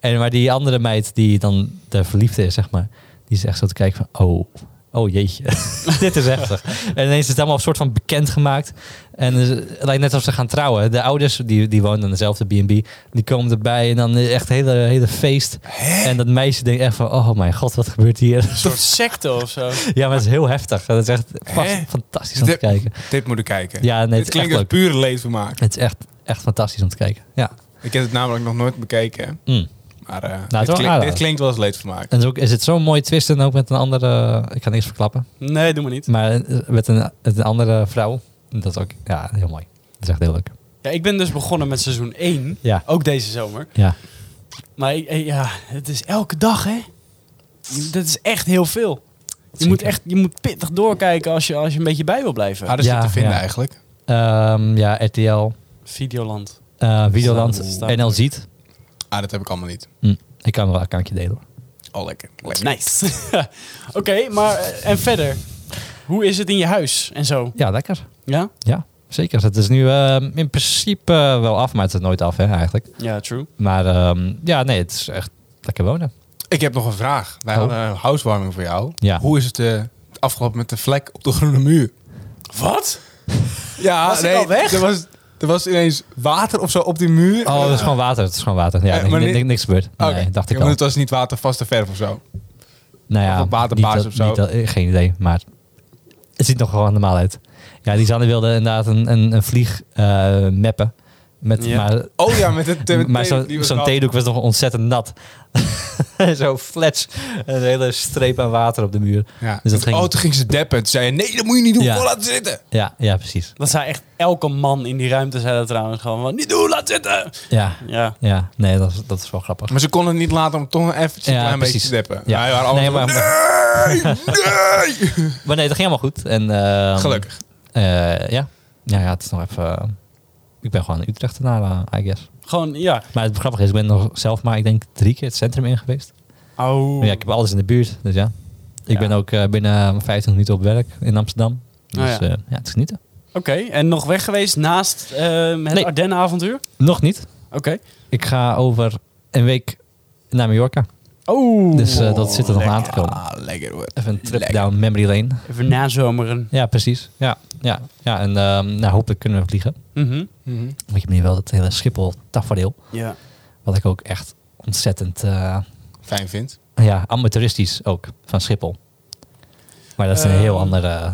Speaker 2: En maar die andere meid die dan de verliefde is, zeg maar. Die is echt zo te kijken van... Oh, oh jeetje. Dit is heftig. En ineens is het allemaal een soort van bekendgemaakt. En dus het lijkt net alsof ze gaan trouwen. De ouders, die, die wonen in dezelfde B&B, die komen erbij en dan echt een hele, hele feest. En dat meisje denkt echt van, oh mijn god, wat gebeurt hier?
Speaker 1: Een soort secte of zo.
Speaker 2: Ja, maar het is heel heftig. Dat is echt vast-
Speaker 3: Hè?
Speaker 2: fantastisch om te kijken.
Speaker 3: Dit moet ik kijken.
Speaker 2: Ja, nee,
Speaker 3: Dit
Speaker 2: het is echt
Speaker 3: klinkt als
Speaker 2: leuk.
Speaker 3: pure leedvermaak.
Speaker 2: Het is echt, echt fantastisch om te kijken. Ja.
Speaker 3: Ik heb het namelijk nog nooit bekeken.
Speaker 2: Mm.
Speaker 3: Maar eh,
Speaker 2: wel
Speaker 3: dit, klinkt,
Speaker 2: aardig.
Speaker 3: dit klinkt wel als leedvermaak.
Speaker 2: En zo is het zo'n mooi twist en ook met een andere... Ik ga niks verklappen.
Speaker 1: Nee, doe maar niet.
Speaker 2: Maar eh, met een, met een andere vrouw. Dat is ook ja, heel mooi. Dat is echt heel leuk.
Speaker 1: Ja, ik ben dus begonnen met seizoen 1.
Speaker 2: Ja.
Speaker 1: Ook deze zomer.
Speaker 2: Ja.
Speaker 1: Maar ik- eh, ja, het is elke dag, hè? Je- Dat is echt heel veel. Je
Speaker 2: Zeker.
Speaker 1: moet, echt, je moet pittig doorkijken als je, als je een beetje bij wil blijven.
Speaker 3: Waar Ah, is
Speaker 2: Eh, Ja,
Speaker 3: dit te vinden
Speaker 2: ja.
Speaker 3: eigenlijk?
Speaker 2: Ehm, ja, RTL,
Speaker 1: Videoland.
Speaker 2: eh Videoland,
Speaker 1: Staan- staan-
Speaker 2: NL Ziet.
Speaker 3: Ah, dat heb ik allemaal niet.
Speaker 2: Hm, Ik kan wel een accountje delen.
Speaker 3: Al lekker. lekker.
Speaker 1: Nice. Oké, maar eh, en verder. Hoe is het in je huis en zo?
Speaker 2: Ja, lekker.
Speaker 1: Ja?
Speaker 2: Ja, zeker. Het is nu ehm, in principe eh, wel af, maar het is nooit af hè, eigenlijk.
Speaker 1: Ja, true.
Speaker 2: Maar ehm, ja, nee, het is echt lekker wonen.
Speaker 3: Ik heb nog een vraag. Wij
Speaker 2: Oh.
Speaker 3: hadden een housewarming voor jou.
Speaker 2: Ja.
Speaker 3: Hoe is het eh, afgelopen met de vlek op de groene muur?
Speaker 1: Wat?
Speaker 3: Ja,
Speaker 1: Was ik al weg?
Speaker 3: Er was, er was ineens water of zo op die muur.
Speaker 2: Oh, het is gewoon water. Het is gewoon water. Ja,
Speaker 3: Eh,
Speaker 2: ni-
Speaker 3: maar
Speaker 2: ni-
Speaker 3: ni-
Speaker 2: niks gebeurd. Nee,
Speaker 3: Oké.
Speaker 2: dacht
Speaker 3: Ja,
Speaker 2: ik
Speaker 3: maar
Speaker 2: al.
Speaker 3: Het was niet watervaste verf of zo.
Speaker 2: nou ja,
Speaker 3: of op waterbasis
Speaker 2: niet dat-
Speaker 3: of zo.
Speaker 2: niet dat- eh, geen idee, maar het ziet nog gewoon normaal uit. Ja, die Zanne wilde inderdaad een, een, een vlieg eh mappen. Met,
Speaker 1: Ja.
Speaker 2: Maar
Speaker 3: Oh ja, met het met
Speaker 2: maar
Speaker 3: het
Speaker 2: zo-
Speaker 3: die
Speaker 2: zo'n
Speaker 3: was wel-
Speaker 2: theedoek was nog ontzettend nat. zo flats. Een hele streep aan water op de muur.
Speaker 3: Ja.
Speaker 2: Dus dat ging-
Speaker 3: Oh, toen ging ze deppen. Toen zei je, nee, dat moet je niet doen.
Speaker 2: Ja.
Speaker 3: Gewoon laten zitten.
Speaker 2: Ja, ja precies.
Speaker 1: Dat zei echt elke man in die ruimte, zei dat trouwens gewoon. van, Niet doen, laat zitten!
Speaker 2: Ja,
Speaker 1: Ja.
Speaker 2: ja. nee, dat is, dat is wel grappig.
Speaker 3: Maar ze konden het niet laten om toch eventjes een
Speaker 2: Ja,
Speaker 3: klein beetje
Speaker 2: precies.
Speaker 3: te deppen.
Speaker 2: Ja.
Speaker 3: Ja, ja allemaal
Speaker 2: Nee, maar-
Speaker 3: nee, nee!
Speaker 2: Maar nee, dat ging helemaal goed. En, ehm,
Speaker 3: Gelukkig.
Speaker 2: eh, ja. ja, ja, het is nog even... eh, Ik ben gewoon een Utrechtenaar, eh, I guess.
Speaker 1: Gewoon, ja.
Speaker 2: Maar het grappige is, ik ben nog zelf maar, ik denk, drie keer het centrum in geweest.
Speaker 1: Oh.
Speaker 2: Ja, ik heb alles in de buurt, dus ja. Ik
Speaker 1: Ja.
Speaker 2: ben ook eh, binnen 15 minuten op werk in Amsterdam. Dus
Speaker 1: Ah, ja.
Speaker 2: ja. ja, het is genieten.
Speaker 1: Oké, en nog weg geweest naast ehm, het
Speaker 2: Nee.
Speaker 1: Ardennenavontuur?
Speaker 2: Nog niet.
Speaker 1: Oké.
Speaker 2: Ik ga over een week naar Mallorca.
Speaker 1: Oh.
Speaker 2: Dus eh, dat zit er nog aan te komen.
Speaker 3: Ah, lekker hoor.
Speaker 2: Even een trip
Speaker 3: Lekker.
Speaker 2: down memory lane.
Speaker 1: Even nazomeren.
Speaker 2: Ja, precies. Ja, ja, ja. en ehm, nou, hopelijk kunnen we vliegen.
Speaker 1: Mhm.
Speaker 2: Want je meer wel dat hele Schiphol tafereel.
Speaker 1: Ja.
Speaker 2: Wat ik ook echt ontzettend eh,
Speaker 3: Fijn vindt.
Speaker 2: ja, amateuristisch ook van Schiphol. Maar dat is een
Speaker 1: Ehm.
Speaker 2: heel ander, eh,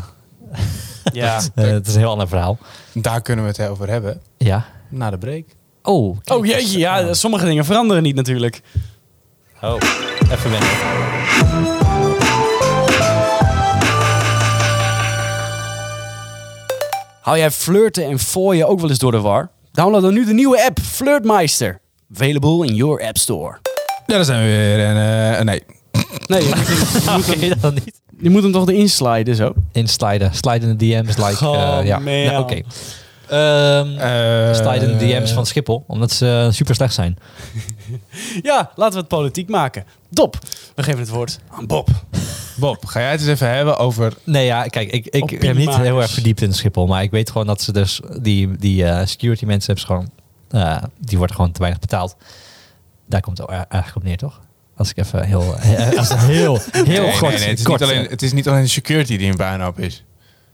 Speaker 1: ja.
Speaker 2: eh, het is een heel ander verhaal.
Speaker 3: Daar kunnen we het over hebben.
Speaker 2: Ja.
Speaker 3: Na de break.
Speaker 2: Oh, kijk
Speaker 1: Oh
Speaker 2: eens.
Speaker 1: jeetje, ja, sommige dingen veranderen niet natuurlijk.
Speaker 2: Oh, even wennen.
Speaker 1: Hou jij flirten en fooien ook wel eens door de war? Download dan nu de nieuwe app Flirtmeister. Available in your app store.
Speaker 3: Ja, daar zijn we weer. En, eh, nee.
Speaker 1: Nee, je
Speaker 2: Oké, dan niet.
Speaker 1: je moet hem toch erin sliden zo?
Speaker 2: Insliden. Sliden in de DM's. Like, eh,
Speaker 1: Oh,
Speaker 2: ja.
Speaker 1: man.
Speaker 2: Nou, Oké. Ehm,
Speaker 3: Eh,
Speaker 2: sliden in de DM's van Schiphol, omdat ze eh, super slecht zijn.
Speaker 1: Ja, laten we het politiek maken. Dop, we geven het woord aan Bob.
Speaker 3: Bob, ga jij het eens even hebben over...
Speaker 2: Nee, ja, kijk, ik, ik heb
Speaker 1: Opiniemakers.
Speaker 2: niet heel erg verdiept in Schiphol, maar ik weet gewoon dat ze dus die, die eh, security mensen hebben ze gewoon, eh, die wordt gewoon te weinig betaald. Daar komt het eigenlijk op neer, toch? Als ik even heel, eh, als heel, heel
Speaker 3: Nee,
Speaker 2: kort.
Speaker 3: nee, nee, het, is
Speaker 2: kort,
Speaker 3: niet alleen,
Speaker 2: eh,
Speaker 3: het is niet alleen de security die een puinhoop is.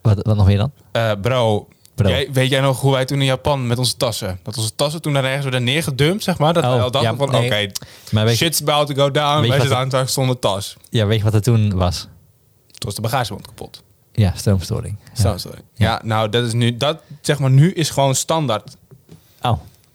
Speaker 2: Wat, wat nog meer dan?
Speaker 3: Eh, bro,
Speaker 2: Bro.
Speaker 3: Jij, weet jij nog hoe wij toen in Japan met onze tassen... Dat onze tassen toen daar ergens werden neergedumpt, zeg maar. Dat
Speaker 2: Oh,
Speaker 3: wij al dachten
Speaker 2: ja,
Speaker 3: van,
Speaker 2: nee.
Speaker 3: oké,
Speaker 2: Maar weet, je-
Speaker 3: shit's about to go down.
Speaker 2: je
Speaker 3: Wij
Speaker 2: wat
Speaker 3: zitten
Speaker 2: het-
Speaker 3: aan het dag zonder tas.
Speaker 2: ja, weet je wat er toen was?
Speaker 3: Toen was de bagageband kapot.
Speaker 2: Ja, stroomstoring.
Speaker 3: Zo,
Speaker 2: Ja.
Speaker 3: sorry. Ja. nou, dat is nu... Dat, zeg maar, nu is gewoon standaard.
Speaker 2: Oh,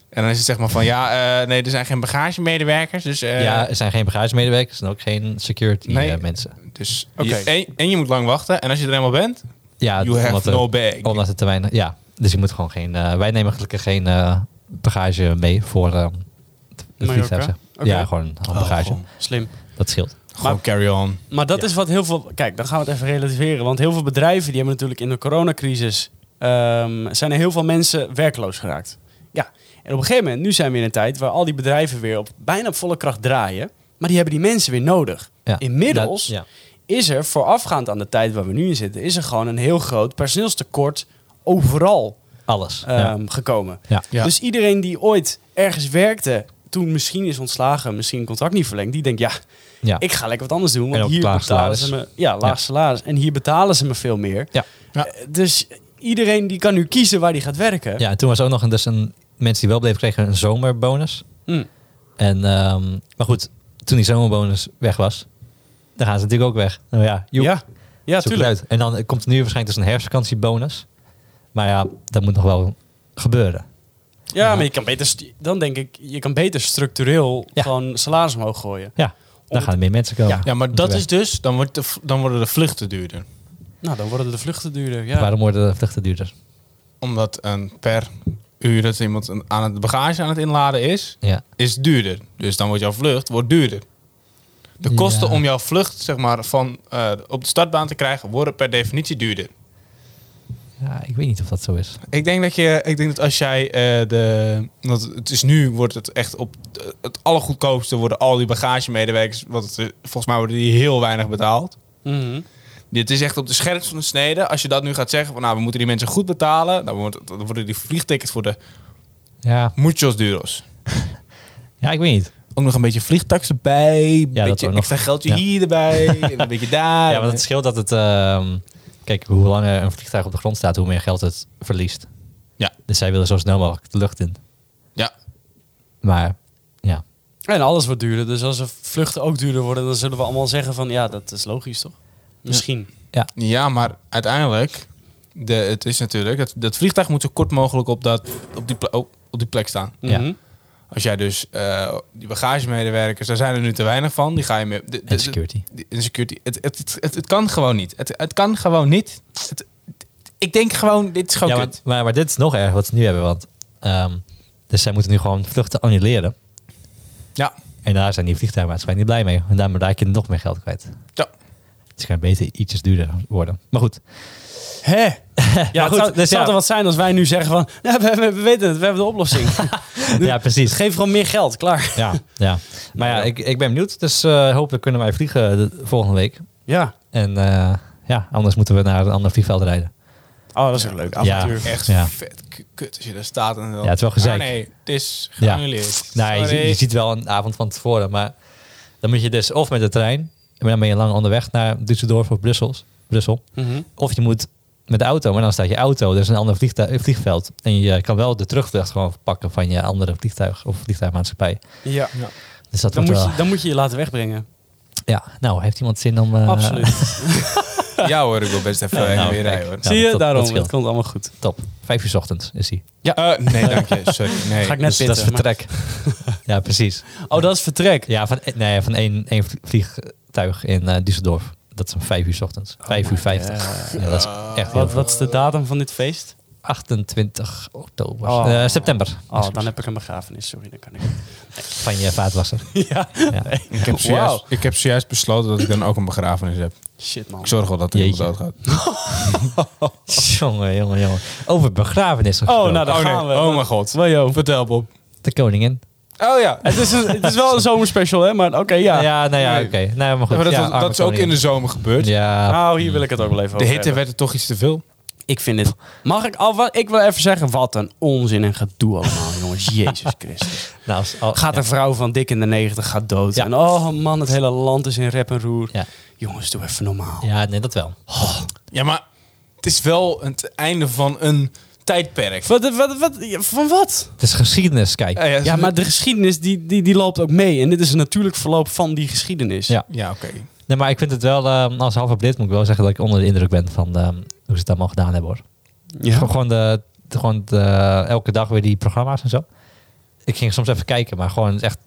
Speaker 3: En dan is het zeg maar van, ja, eh, nee, er zijn geen bagagemedewerkers. Dus, eh,
Speaker 2: ja, er zijn geen bagagemedewerkers en ook geen security
Speaker 3: Nee.
Speaker 2: eh, mensen.
Speaker 3: dus
Speaker 1: Oké.
Speaker 3: je- en, en je moet lang wachten. En als je er helemaal bent,
Speaker 2: Ja,
Speaker 3: you have
Speaker 2: omdat er-
Speaker 3: no bag.
Speaker 2: Omdat het te weinig... Ja, dus je moet gewoon geen... eh, wij nemen gelukkig geen eh, bagage mee voor eh, het
Speaker 1: Mallorca?
Speaker 2: vliegtuig. zeg.
Speaker 1: Oké. Oh,
Speaker 2: Ja, gewoon handbagage.
Speaker 3: gewoon.
Speaker 1: Slim.
Speaker 2: dat scheelt.
Speaker 3: Gewoon carry on.
Speaker 1: Maar dat is wat heel veel... Kijk, dan gaan we het even relativeren. Want heel veel bedrijven die hebben natuurlijk in de coronacrisis... ehm, zijn er heel veel mensen werkloos geraakt. Ja, en op een gegeven moment, nu zijn we in een tijd... waar al die bedrijven weer op, bijna op volle kracht draaien. Maar die hebben die mensen weer nodig.
Speaker 2: Ja.
Speaker 1: Inmiddels
Speaker 2: Dat- ja.
Speaker 1: is er voorafgaand aan de tijd waar we nu in zitten... is er gewoon een heel groot personeelstekort overal
Speaker 2: Alles. ja.
Speaker 1: ehm, gekomen.
Speaker 2: Ja.
Speaker 3: Ja.
Speaker 1: Dus iedereen die ooit ergens werkte... toen misschien is ontslagen, misschien contract niet verlengd... die denkt, ja,
Speaker 2: Ja.
Speaker 1: ik ga lekker wat anders doen.
Speaker 2: En
Speaker 1: Want
Speaker 2: ook
Speaker 1: hier
Speaker 2: laag
Speaker 1: betalen ze me.
Speaker 2: salaris.
Speaker 1: Ja, laag
Speaker 2: Ja.
Speaker 1: salaris. En hier betalen ze me veel meer.
Speaker 2: Ja.
Speaker 3: Ja.
Speaker 1: Eh, Dus iedereen die kan nu kiezen waar die gaat werken.
Speaker 2: ja, en toen was ook nog een, dus een... Mensen die wel bleven kregen een zomerbonus.
Speaker 1: Hm.
Speaker 2: En, ehm, maar goed, toen die zomerbonus weg was... dan gaan ze natuurlijk ook weg. Nou ja, joep.
Speaker 1: ja. ja
Speaker 2: Zoek
Speaker 1: tuurlijk.
Speaker 2: het uit. En dan eh, komt er nu waarschijnlijk dus een herfstvakantiebonus. Maar ja, dat moet nog wel gebeuren.
Speaker 1: Ja, maar je kan beter, st- dan denk ik, je kan beter structureel
Speaker 2: Ja.
Speaker 1: gewoon salaris omhoog gooien.
Speaker 2: Ja, dan
Speaker 1: Om-
Speaker 2: gaan er meer mensen komen.
Speaker 1: Ja.
Speaker 3: Ja, maar
Speaker 2: Om
Speaker 3: dat
Speaker 2: te
Speaker 3: is dus, dan, wordt de, v- dan worden de vluchten duurder.
Speaker 1: Nou, dan worden de vluchten duurder. Ja.
Speaker 2: Waarom worden de vluchten duurder?
Speaker 3: Omdat een per uur dat iemand een- aan het bagage aan het inladen is,
Speaker 2: Ja.
Speaker 3: is duurder. Dus dan wordt jouw vlucht wordt duurder. De kosten
Speaker 2: Ja.
Speaker 3: om jouw vlucht zeg maar, van, eh, op de startbaan te krijgen worden per definitie duurder.
Speaker 2: ja, ik weet niet of dat zo is.
Speaker 3: Ik denk dat, je, ik denk dat als jij eh, de. Want het is nu, wordt het echt op. eh, Het allergoedkoopste worden al die bagagemedewerkers. Want het, eh, volgens mij worden die heel weinig betaald.
Speaker 1: Mhm.
Speaker 3: Dit is echt op de scherpste van de snede. Als je dat nu gaat zeggen, van nou, we moeten die mensen goed betalen. Dan, wordt, dan worden die vliegtickets voor de
Speaker 2: Ja,
Speaker 3: muchos duros.
Speaker 2: ja ik weet niet.
Speaker 3: Ook nog een beetje vliegtax erbij. Een
Speaker 2: dat
Speaker 3: beetje
Speaker 2: ook nog.
Speaker 3: extra geldje
Speaker 2: Ja.
Speaker 3: hier erbij. en een beetje daar.
Speaker 2: Ah, Ja, want het scheelt dat het... ehm, kijk, hoe langer een vliegtuig op de grond staat, hoe meer geld het verliest.
Speaker 3: Ja.
Speaker 2: Dus zij willen zo snel mogelijk de lucht in.
Speaker 3: Ja.
Speaker 2: Maar ja,
Speaker 1: En alles wordt duurder. Dus als de vluchten ook duurder worden, dan zullen we allemaal zeggen van ja, dat is logisch toch? Misschien.
Speaker 3: Ja, maar uiteindelijk... De, het is natuurlijk... Dat, dat vliegtuig moet zo kort mogelijk op, dat, op, die, ple- op, op die plek staan.
Speaker 2: Ja.
Speaker 1: Mhm.
Speaker 3: Als jij dus... eh, die bagagemedewerkers, daar zijn er nu te weinig van. Die ga je meer... de- de-
Speaker 2: en
Speaker 3: de-
Speaker 2: security.
Speaker 3: de insecurity. Het, het, het, het, het kan gewoon niet. Het, het kan gewoon niet. Het- ik denk gewoon, dit is gewoon
Speaker 2: Ja, maar,
Speaker 3: kut.
Speaker 2: maar, maar dit is nog erg wat ze nu hebben, want... ehm, dus zij moeten nu gewoon vluchten annuleren.
Speaker 3: Ja.
Speaker 2: En daar zijn die vliegtuigmaatschappijen niet blij mee. En daarmee raak je nog meer geld kwijt.
Speaker 3: Ja.
Speaker 2: Het kan beter ietsjes duurder worden. Maar goed,
Speaker 1: Hè? Ja, het zou,
Speaker 2: goed, dus
Speaker 1: het zou
Speaker 2: ja.
Speaker 1: toch wat zijn als wij nu zeggen van... Ja, we, we- we weten het, we hebben de oplossing.
Speaker 2: Ja, precies.
Speaker 1: Geef gewoon meer geld, klaar.
Speaker 2: Ja, ja. Maar ja, ik, ik ben benieuwd. Dus eh, hopelijk kunnen wij vliegen de- volgende week.
Speaker 1: Ja.
Speaker 2: En eh, ja, anders moeten we naar een ander vliegveld rijden.
Speaker 1: Oh, dat is een leuk avontuur.
Speaker 3: Echt
Speaker 2: Ja.
Speaker 3: vet k- kut als je daar staat. En dan...
Speaker 2: Ja, het is wel gezeik.
Speaker 3: Ah, nee, het is
Speaker 2: Ja.
Speaker 3: geannuleerd.
Speaker 2: Nou, je,
Speaker 3: Sorry.
Speaker 2: zie- je ziet wel een avond van tevoren. Maar dan moet je dus of met de trein. Maar dan ben je lang onderweg naar Düsseldorf of Brussel. Brussel.
Speaker 1: Mhm.
Speaker 2: Of je moet met de auto. Maar dan staat je auto. Dus een ander vliegtu- vliegveld. En je kan wel de terugweg gewoon pakken van je andere vliegtuig. Of vliegtuigmaatschappij.
Speaker 1: Ja. eh,
Speaker 2: Dus dat
Speaker 1: Dan moet,
Speaker 2: wordt
Speaker 1: je,
Speaker 2: wel-
Speaker 1: dan moet je je laten wegbrengen.
Speaker 2: Ja, nou, heeft iemand zin om... eh,
Speaker 1: Absoluut.
Speaker 3: Ja hoor, ik wil best even
Speaker 2: Nou,
Speaker 3: heen en
Speaker 2: nou,
Speaker 3: weer
Speaker 2: kijk.
Speaker 3: rijden hoor.
Speaker 2: Ja,
Speaker 1: Zie je?
Speaker 2: dat- dat
Speaker 1: Daarom,
Speaker 2: scheelt.
Speaker 1: het komt allemaal goed.
Speaker 2: Top. Vijf uur 's ochtends is hij.
Speaker 3: Eh, nee, dank je. Sorry. Nee.
Speaker 1: Ga ik net
Speaker 2: Dus dat is
Speaker 1: pitten. maar-
Speaker 2: vertrek. ja, precies.
Speaker 1: Oh, dat is vertrek.
Speaker 2: Ja, van, e- nee, van één, één vliegtuig in eh, Düsseldorf. Dat is om vijf uur 's ochtends. Vijf uur vijftig. Ja, dat
Speaker 3: Ah.
Speaker 2: is echt
Speaker 1: Oh
Speaker 2: heel
Speaker 1: Wat,
Speaker 2: veel.
Speaker 1: wat is de datum van dit feest?
Speaker 2: 28 oktober.
Speaker 1: Oh.
Speaker 2: Eh, september.
Speaker 1: Oh, dan heb ik een begrafenis. Sorry, dan kan ik niet.
Speaker 2: Van je vaatwasser.
Speaker 1: Ja.
Speaker 2: Ja.
Speaker 3: Ik, heb zojuist, ik heb zojuist besloten dat ik dan ook een begrafenis heb.
Speaker 1: Shit, man.
Speaker 3: Ik zorg wel dat er iemand
Speaker 2: Jeetje.
Speaker 3: doodgaat.
Speaker 2: jongen, jongen, jongen. Over begrafenis.
Speaker 1: Oh,
Speaker 2: gesproken.
Speaker 1: nou, daar
Speaker 3: oh, nee.
Speaker 1: gaan we.
Speaker 3: oh mijn god.
Speaker 1: Wel, joh.
Speaker 3: Vertel Bob.
Speaker 2: De koningin.
Speaker 3: Oh ja.
Speaker 1: Het is, een- het is wel een zomerspecial, hè? Maar oké, ja.
Speaker 2: Ja, nou ja,
Speaker 3: Nee.
Speaker 2: oké. Nou, maar goed.
Speaker 3: maar dat,
Speaker 2: Ja,
Speaker 3: was-
Speaker 2: arme
Speaker 3: dat is ook in
Speaker 2: koningin.
Speaker 3: de zomer gebeurd.
Speaker 2: Ja,
Speaker 1: Nou, hier wil ik het ook wel even
Speaker 3: De
Speaker 1: over
Speaker 3: hitte
Speaker 1: hebben.
Speaker 3: werd er toch iets te veel.
Speaker 1: Ik vind dit... Mag ik al wat... Ik wil even zeggen, wat een onzin en gedoe allemaal, jongens. Jezus Christus.
Speaker 2: nou, als- al-
Speaker 1: Gaat een vrouw van dik in de negentig gaat dood.
Speaker 2: Ja.
Speaker 1: En oh man, het hele land is in rep en roer.
Speaker 2: Ja.
Speaker 1: Jongens, doe even normaal.
Speaker 2: ja, nee, dat wel.
Speaker 3: Ja, maar het is wel het einde van een tijdperk.
Speaker 1: Wat, wat, wat, van wat?
Speaker 2: Het is geschiedenis, kijk.
Speaker 3: ja,
Speaker 1: Ja, maar de geschiedenis die, die, die loopt ook mee. En dit is een natuurlijk verloop van die geschiedenis.
Speaker 2: Ja.
Speaker 3: Ja, oké.
Speaker 2: Nee, maar ik vind het wel, ehm, als half blit moet ik wel zeggen dat ik onder de indruk ben van ehm, hoe ze het allemaal gedaan hebben hoor.
Speaker 1: Ja.
Speaker 2: Gewoon, de, de- gewoon de, elke dag weer die programma's en zo. Ik ging soms even kijken, maar gewoon echt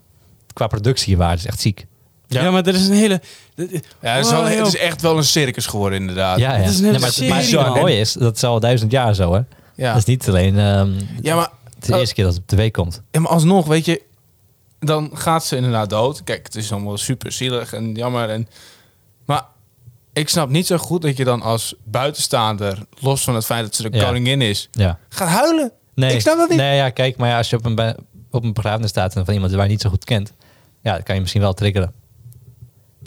Speaker 2: qua productiewaarde is echt ziek.
Speaker 1: Ja. maar er is een hele...
Speaker 3: Ja, het, is wel,
Speaker 1: Oh,
Speaker 3: het
Speaker 1: joh.
Speaker 3: is echt wel een circus geworden inderdaad.
Speaker 2: ja, ja.
Speaker 1: het is een hele
Speaker 2: nee, maar, het- maar het
Speaker 1: serie, man.
Speaker 2: mooie is, dat is al duizend jaar zo hè.
Speaker 3: ja.
Speaker 2: Dat is niet alleen ehm,
Speaker 3: Ja, maar,
Speaker 2: het is
Speaker 1: Oh.
Speaker 2: de eerste keer dat het op tv komt.
Speaker 3: ja, maar alsnog, weet je, dan gaat ze inderdaad dood. Kijk, het is allemaal super zielig en jammer. En, maar ik snap niet zo goed dat je dan als buitenstaander, los van het feit dat ze de
Speaker 2: Ja.
Speaker 3: koningin is,
Speaker 2: Ja.
Speaker 3: gaat huilen.
Speaker 2: Nee,
Speaker 3: Ik snap dat niet.
Speaker 2: Nee, ja, kijk, maar ja, als je op een, be- op een begrafenis staat en van iemand waar je niet zo goed kent, ja, dan kan je misschien wel triggeren.